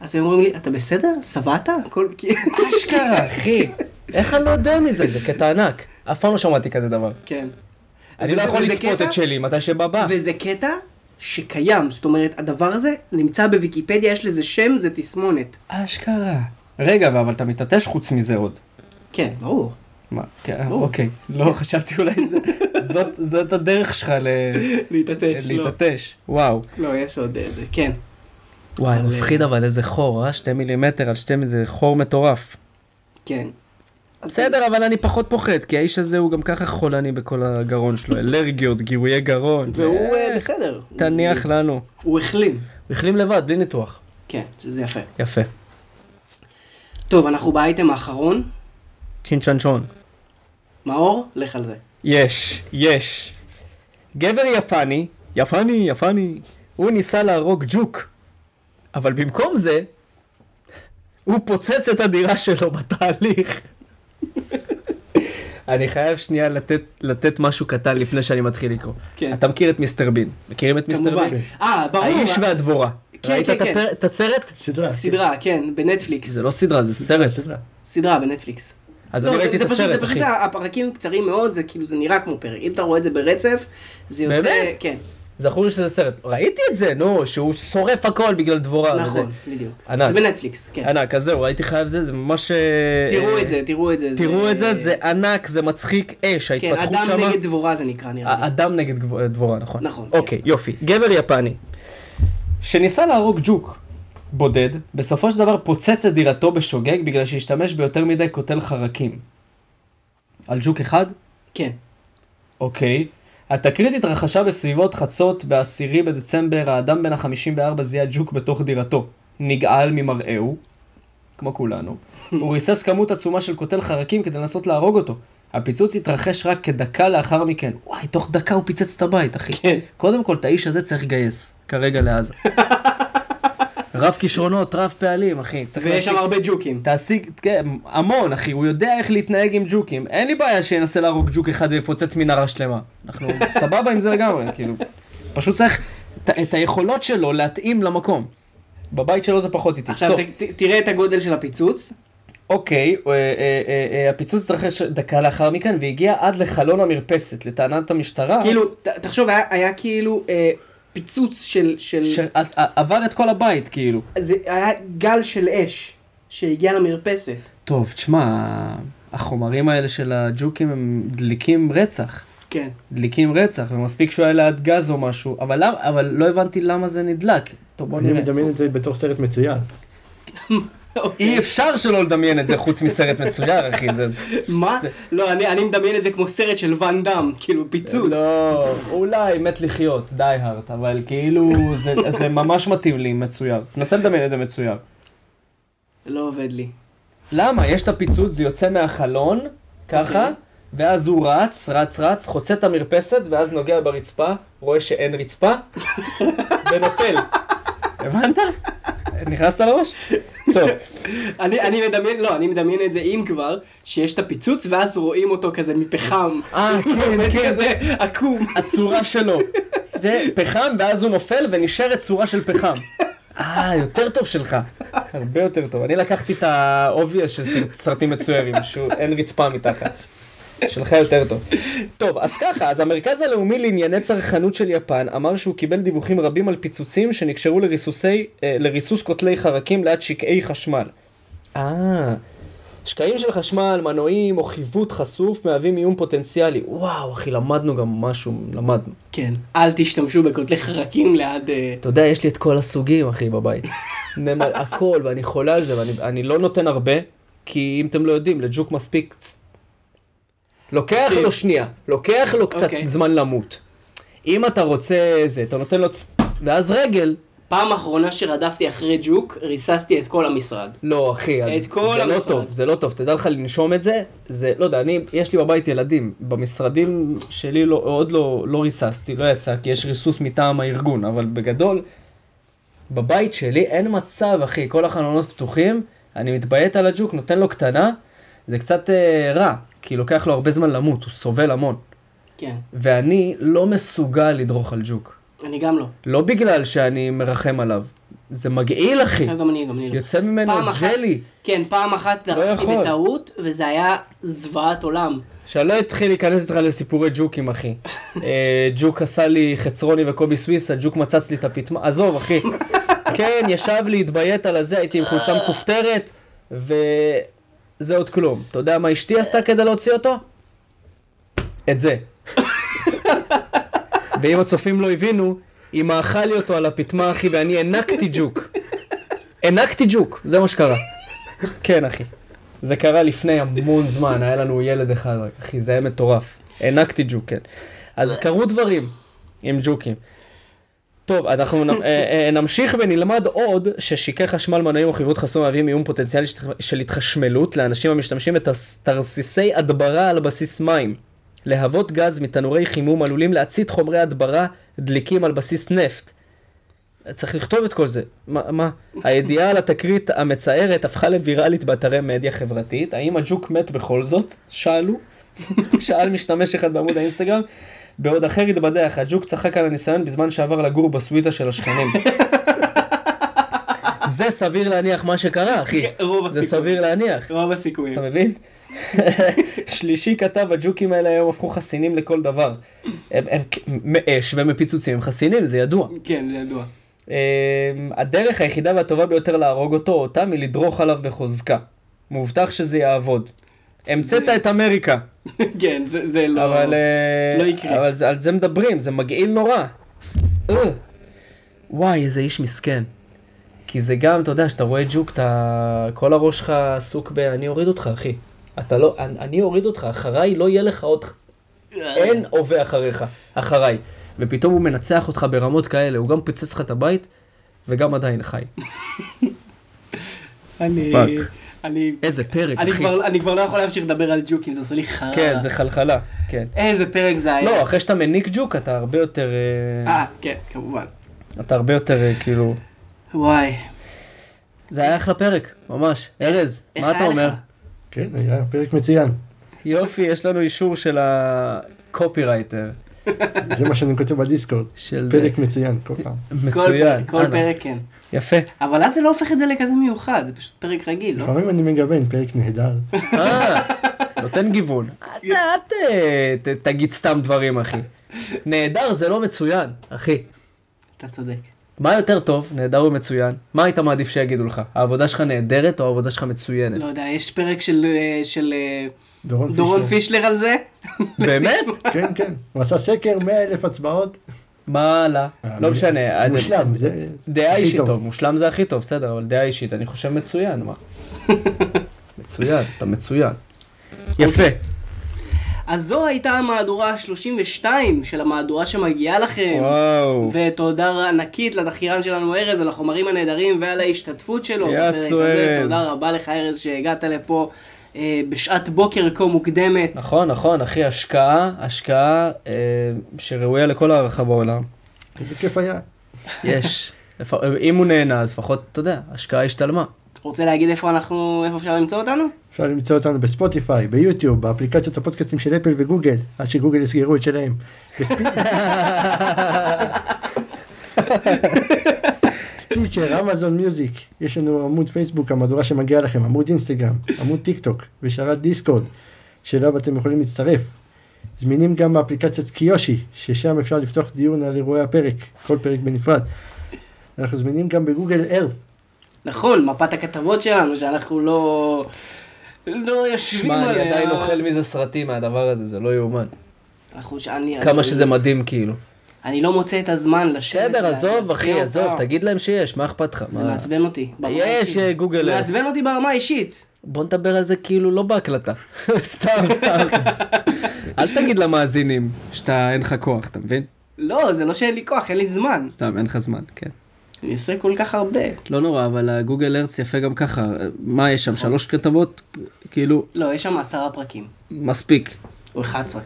B: אז הם אומרים לי, אתה בסדר? שבעת? הכל כאילו...
A: אשכרה אחי. איך אני לא יודע מזה? זה קטע ענק. אף פעם לא שמעתי כזה דבר.
B: כן.
A: אני לא
B: וזה-
A: יכול
B: וזה
A: לצפות
B: קטע-
A: את שלי מתי שבא בא.
B: וזה קטע שקיים, זאת אומרת, הדבר הזה נמצא בוויקיפדיה, יש לזה שם, זה תסמונת.
A: אשכרה. רגע, אבל אתה מתעטש חוץ מזה עוד.
B: כן, ברור.
A: מה? כן, אוקיי. לא, חשבתי אולי זה... זאת- זאת הדרך שלך ל-
B: להתעטש, לא.
A: להתעטש. וואו.
B: לא, יש עוד איזה, כן.
A: וואי,
B: אבל-
A: מפחיד אבל איזה חור, אה? שתי מילימטר על שתי מילימטר, זה חור מטורף.
B: כן.
A: בסדר, אבל אני פחות פוחד, כי האיש הזה הוא גם ככה חולני בכל הגרון שלו, אלרגיות, גירויי גרון.
B: והוא אה,
A: אה,
B: בסדר.
A: תניח
B: הוא-
A: לנו. הוא
B: הוא החלים.
A: החלים לבד, בלי ניתוח.
B: כן, שזה יפה.
A: יפה.
B: טוב, אנחנו באייטם האחרון.
A: צ'ין צ'אן צ'ון.
B: מאור, לך על זה.
A: יש, יש. גבר יפני, יפני, יפני, הוא ניסה להרוג ג'וק, אבל במקום זה, הוא פוצץ את הדירה שלו בתהליך. אני חייב שנייה לתת, לתת משהו קטן לפני שאני מתחיל לקרוא.
B: כן.
A: אתה מכיר את מיסטר בין, מכירים את מיסטר
B: כמובן.
A: בין?
B: אה, ברור.
A: האיש
B: אה,
A: והדבורה.
B: כן,
A: ראית
B: כן,
A: את, הפר...
B: כן.
A: את הסרט?
C: סדרה.
B: סדרה, כן, בנטפליקס.
A: זה לא סדרה, זה סרט.
C: סדרה.
B: סדרה בנטפליקס.
A: אז
B: לא,
A: אני
B: זה-
A: ראיתי את
B: זה פשוט-
A: הסרט,
B: זה פשוט,
A: אחי.
B: הפרקים קצרים מאוד, זה כאילו, זה נראה כמו פרק. אם אתה רואה את זה ברצף, זה יוצא...
A: באמת? לא,
B: כן,
A: זכור לי שזה סרט. ראיתי את זה, נו, שהוא שורף הכל בגלל דבורה. וזה.
B: נכון, בדיוק.
A: ענק.
B: זה בנטפליקס, כן.
A: ענק, אז זהו, הייתי חייב זה, זה ממש... אה,
B: תראו
A: אה,
B: את זה, תראו את זה.
A: תראו את זה, זה ענק, זה מצחיק אש,
B: כן,
A: ההתפתחות
B: אדם
A: שמה.
B: נגד דבורה זה נקרא, נראה לי.
A: אדם נגד גב- דבורה, נכון?
B: נכון, כן.
A: אוקיי, יופי. גבר יפני, שניסה להרוג ג'וק בודד, בסופו של דבר פוצץ את דירתו בשוגג בגלל שהשתמש ביותר מדי קוטל חרקים. על ג'וק אחד?
B: כן.
A: אוקיי. התקרית התרחשה בסביבות חצות, ב-10 בדצמבר, האדם בן ה-54 זיהה ג'וק בתוך דירתו. נגעל ממראהו, כמו כולנו. הוא ריסס כמות עצומה של קוטל חרקים כדי לנסות להרוג אותו. הפיצוץ התרחש רק כדקה לאחר מכן. וואי, תוך דקה הוא פיצץ את הבית, אחי.
B: כן.
A: קודם כל, את האיש הזה צריך לגייס, כרגע לעזה. רב כישרונות, רב פעלים, אחי. צריך
B: ויש שם
A: להשיג-
B: הרבה ג'וקים.
A: תעשיג, כן, המון אחי, הוא יודע איך להתנהג עם ג'וקים. אין לי בעיה שינסה להרוג ג'וק אחד ויפוצץ מנהרה שלמה. אנחנו סבבה עם זה לגמרי, כאילו. פשוט צריך את, את היכולות שלו להתאים למקום. בבית שלו זה פחות איטי.
B: עכשיו,
A: טוב,
B: ת- ת- תראה את הגודל של הפיצוץ.
A: אוקיי, אה, אה, אה, אה, הפיצוץ התרחש דקה לאחר מכן והגיע עד לחלון המרפסת, לטענת המשטרה.
B: כאילו, ת- תחשוב, היה- היה כאילו אה, פיצוץ של... של-
A: שעבר את כל הבית, כאילו.
B: זה היה גל של אש שהגיע למרפסת.
A: טוב, תשמע, החומרים האלה של הג'וקים הם דליקים רצח.
B: כן.
A: דליקים רצח, ומספיק שהוא היה ליד גז או משהו, אבל, למה, אבל לא הבנתי למה זה נדלק. טוב, בוא
C: אני
A: נראה.
C: מדמיין את זה בתור סרט מצוין.
A: אי אפשר שלא לדמיין את זה חוץ מסרט מצויר, אחי. זה...
B: מה?
A: זה-
B: לא, אני אני מדמיין את זה כמו סרט של ואן דאם, כאילו פיצוץ.
A: לא, אולי מת לחיות, די הארט, אבל כאילו זה, זה ממש מתאים לי מצויר. תנסה לדמיין את זה מצויר.
B: לא עובד לי.
A: למה? יש את הפיצוץ, זה יוצא מהחלון, ככה,
B: אוקיי.
A: ואז הוא רץ, רץ, רץ, חוצה את המרפסת, ואז נוגע ברצפה, רואה שאין רצפה, ונופל. הבנת? נכנסת לראש? טוב,
B: אני, אני מדמיין, לא, אני מדמיין את זה אם כבר, שיש את הפיצוץ ואז רואים אותו כזה מפחם.
A: אה, כן,
B: באמת
A: כן.
B: כזה עקום.
A: הצורה שלו. זה פחם, ואז הוא נופל, ונשארת צורה של פחם. אה, יותר טוב שלך. הרבה יותר טוב. אני לקחתי את האוביה של סרט- סרטים מצוירים, שאין רצפה מתחת. שלך יותר טוב. טוב, אז ככה, אז המרכז הלאומי לענייני צרכנות של יפן אמר שהוא קיבל דיווחים רבים על פיצוצים שנקשרו לריסוסי, אה, לריסוס קוטלי חרקים ליד שקעי חשמל. אה, שקעים של חשמל, מנועים או חיווט חשוף מהווים איום פוטנציאלי. וואו, אחי, למדנו גם משהו, למדנו.
B: כן. אל תשתמשו בקוטלי חרקים ליד... אה,
A: אתה יודע, יש לי את כל הסוגים, אחי, בבית. נמל, הכל, ואני חולה על זה, ואני אני לא נותן הרבה, כי אם אתם לא יודעים, לג'וק מספיק... צ- לוקח
B: תקשיב.
A: לו שנייה, לוקח לו קצת
B: אוקיי.
A: זמן למות. אם אתה רוצה זה, אתה נותן לו... צ- ואז רגל.
B: פעם אחרונה שרדפתי אחרי ג'וק, ריססתי את כל המשרד.
A: לא, אחי, אז
B: את כל
A: זה לא
B: המשרד.
A: טוב, זה לא טוב, תדע לך לנשום את זה, זה, לא יודע, אני, יש לי בבית ילדים, במשרדים שלי לא, עוד לא, לא ריססתי, לא יצא, כי יש ריסוס מטעם הארגון, אבל בגדול, בבית שלי אין מצב, אחי, כל החלונות פתוחים, אני מתביית על הג'וק, נותן לו קטנה, זה קצת אה, רע, כי לוקח לו הרבה זמן למות, הוא סובל המון,
B: כן.
A: ואני לא מסוגל לדרוך על ג'וק,
B: אני גם לא.
A: לא בגלל שאני מרחם עליו, זה מגעיל, אחי,
B: עכשיו גם אני, גם אני לא.
A: יוצא ממנו
B: פעם אחת-
A: ג'לי. לא
B: כן, פעם אחת דרכתי
A: יכול.
B: בטעות, וזה היה זוועת עולם.
A: שלא לא אתחיל להיכנס איתך לסיפורי ג'וקים, אחי. אה, ג'וק עשה לי חצרוני וקובי סוויסה, ג'וק מצץ לי את הפטמה, עזוב, אחי. כן, ישב לי, התביית על הזה, הייתי עם חולצה מכופתרת, וזה עוד כלום. אתה יודע מה אשתי עשתה כדי להוציא אותו? את זה. ואם הצופים לא הבינו, היא מאכה לי אותו על הפטמה, אחי, ואני הענקתי ג'וק. הענקתי ג'וק, זה מה שקרה. כן, אחי. זה קרה לפני המון זמן, היה לנו ילד אחד רק, אחי, זה היה מטורף. הענקתי ג'וק, כן. אז קרו דברים עם ג'וקים. טוב, אנחנו נ- אה, אה, נמשיך ונלמד עוד ששיקי חשמל מנועים או חיווט חסום מהווים איום פוטנציאלי של- של התחשמלות לאנשים המשתמשים בתרסיסי הדברה על בסיס מים. להבות גז מתנורי חימום עלולים להצית חומרי הדברה דליקים על בסיס נפט. צריך לכתוב את כל זה. מה, מה? הידיעה על התקרית המצערת הפכה לוויראלית באתרי מדיה חברתית. האם הג'וק מת בכל זאת? שאלו. שאל משתמש אחד בעמוד האינסטגרם. בעוד אחר התבדח, הג'וק צחק על הניסיון בזמן שעבר לגור בסוויטה של השכנים.
G: זה סביר להניח מה שקרה, אחי.
B: כן, רוב
G: זה
B: הסיכויים.
G: סביר להניח.
B: רוב הסיכויים.
A: אתה מבין? שלישי כתב, הג'וקים האלה היום הפכו חסינים לכל דבר. הם, הם כ- מאש ומפיצוצים הם חסינים, זה ידוע.
B: כן, זה ידוע.
A: אמ, הדרך היחידה והטובה ביותר להרוג אותו או אותה מלדרוך עליו בחוזקה. מובטח שזה יעבוד. המצאת
B: זה-
A: את אמריקה,
B: כן, זה- זה לא...
A: אבל, אה,
B: לא יקרה.
A: אבל זה- על זה מדברים, זה מגעיל נורא. אה. וואי, איזה איש מסכן. כי זה גם, אתה יודע, כשאתה רואה ג'וק, אתה... כל הראש שלך עסוק ב... אני אוריד אותך, אחי. אתה לא... אני אני אוריד אותך, אחריי לא יהיה לך עוד... אין הווה אחריך, אחריי. ופתאום הוא מנצח אותך ברמות כאלה, הוא גם פוצץ לך את הבית, וגם עדיין חי.
B: אני...
A: פאק.
B: אני...
A: איזה פרק,
B: אני
A: אחי.
B: כבר, אני כבר לא יכול להמשיך לדבר על ג'וקים, זה עושה לי חרא.
A: כן, זה חלחלה, כן.
B: איזה פרק זה היה.
A: לא, אחרי שאתה מניק ג'וק, אתה הרבה יותר... אה,
B: אה, כן, כמובן.
A: אתה הרבה יותר, אה, כאילו...
B: וואי.
A: זה היה אחלה פרק, ממש. ארז,
B: איך
A: מה אתה
B: היה לך?
A: אומר?
C: כן, היה פרק מצוין.
A: יופי, יש לנו אישור של הקופירייטר.
C: זה מה שאני כותב בדיסקורד.
A: של...
C: פרק מצוין כל פעם.
A: לא?
B: כל
A: מצוין.
B: פרק- כל
A: אנא.
B: פרק כן.
A: יפה.
B: אבל אז זה לא הופך את זה לכזה מיוחד, זה פשוט פרק רגיל,
A: נכון.
B: לא?
C: לפעמים אני מגוון, פרק נהדר.
A: אה, נותן גיוון. אל ת- אל ת- ת- תגיד סתם דברים, אחי. נהדר זה לא מצוין, אחי.
B: אתה צודק.
A: מה יותר טוב, נהדר ומצוין? מה היית מעדיף שיגידו לך? העבודה שלך נהדרת או העבודה שלך
B: לא
A: מצוינת?
B: יודע, יש פרק של, אה, של אה,
C: דורון פישלר.
B: דורון פישלר על זה?
A: באמת?
C: כן, כן. הוא עשה סקר 100 אלף הצבעות. אה,
A: מה לה? לא משנה.
C: מושלם, זה
A: דעה
C: הכי
A: אישית
C: טוב.
A: טוב, מושלם זה הכי טוב, בסדר, אבל דעה אישית, אני חושב מצוין, מה? מצוין, אתה מצוין. אוקיי. יפה.
B: אז זו הייתה המהדורה ה-32 של המהדורה שמגיעה לכם.
A: וואו.
B: ותודה ענקית לתחקירן שלנו ארז על החומרים הנהדרים ועל ההשתתפות שלו.
A: יאסו,
B: בפרק הזה.
A: ארז.
B: תודה רבה לך ארז שהגעת לפה אה, בשעת בוקר כה מוקדמת.
A: נכון, נכון, אחי, השקעה, השקעה אה, שראויה לכל הערכה בעולם.
C: איזה כיף היה.
A: יש. לפ- אם הוא נהנה, אז לפחות, אתה יודע, השקעה השתלמה.
B: רוצה להגיד איפה אנחנו, איפה אפשר למצוא אותנו?
C: אפשר למצוא אותנו בספוטיפיי, ביוטיוב, באפליקציות הפודקאסטים של אפל וגוגל, עד שגוגל יסגרו את שלהם. טיצ'ר, אמזון מיוזיק, יש לנו עמוד פייסבוק, המהדורה שמגיעה לכם, עמוד אינסטגרם, עמוד טיק טוק ושרת דיסקורד, שאליו אתם יכולים להצטרף. זמינים גם באפליקציית קיושי, ששם אפשר לפתוח דיון על אירועי הפרק, כל פרק בנפרד. אנחנו זמינים גם בגוגל ארת,
B: נכון, מפת הכתבות שלנו שאנחנו לא... לא יושבים
A: שמע,
B: עליה.
A: אני עדיין אוכל מזה סרטים מהדבר הזה, זה לא יאומן.
B: אנחנו ש- אני-
A: כמה
B: אני-
A: שזה מדהים, כאילו.
B: אני לא מוצא את הזמן לשבת.
A: בסדר,
B: לה-
A: עזוב, אחי,
B: להכיר
A: עזוב,
B: אותה.
A: תגיד להם שיש, מה אכפת לך?
B: זה
A: מה?
B: מעצבן אותי. ברמה
A: יש,
B: האישית.
A: אה, גוגל
B: זה
A: ארץ.
B: מעצבן אותי ברמה האישית.
A: בוא נדבר על זה כאילו לא בהקלטה. סתם, סתם. אל תגיד למאזינים שאתה, אין לך כוח, אתה מבין?
B: לא, זה לא שאין לי כוח, אין לי זמן.
G: סתם, אין לך זמן, כן.
B: אני עושה כל כך הרבה.
G: לא נורא, אבל הגוגל ארץ יפה גם ככה. מה יש שם, שלוש כתבות? כאילו,
B: לא, יש שם עשרה פרקים.
G: מספיק.
B: או 11.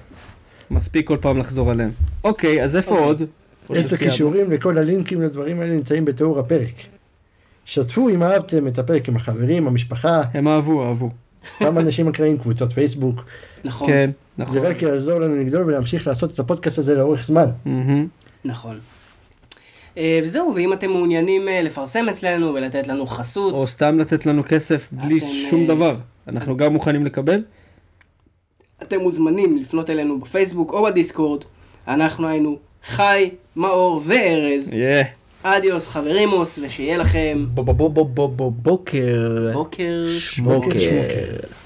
G: מספיק כל פעם לחזור עליהם. אוקיי, אז איפה עוד?
C: עץ הכישורים לכל הלינקים לדברים האלה נמצאים בתיאור הפרק. שתפו אם אהבתם את הפרק עם החברים, המשפחה,
G: הם אהבו, אהבו.
C: סתם אנשים אקראיים, קבוצות פייסבוק.
B: נכון.
G: כן,
C: זה
G: נכון.
C: רק יעזור לנו לגדול ולהמשיך לעשות את הפודקאסט הזה לאורך זמן.
G: מהמם.
B: נכון. אה, וזהו, ואם אתם מעוניינים אה, לפרסם אצלנו ולתת לנו חסות,
G: או סתם לתת לנו כסף בלי
B: אתם,
G: שום
B: אה,
G: דבר. אנחנו גם מוכנים לקבל.
B: אתם מוזמנים לפנות אלינו בפייסבוק או בדיסקורד. אנחנו היינו חי, מאור וארז.
G: יא. אה.
B: אדיוס חברימוס, ושיהיה לכם
A: בו בו בו בו בו בוקר.
B: בוקר
C: בוקר
A: שמוקר.
C: שמוקר.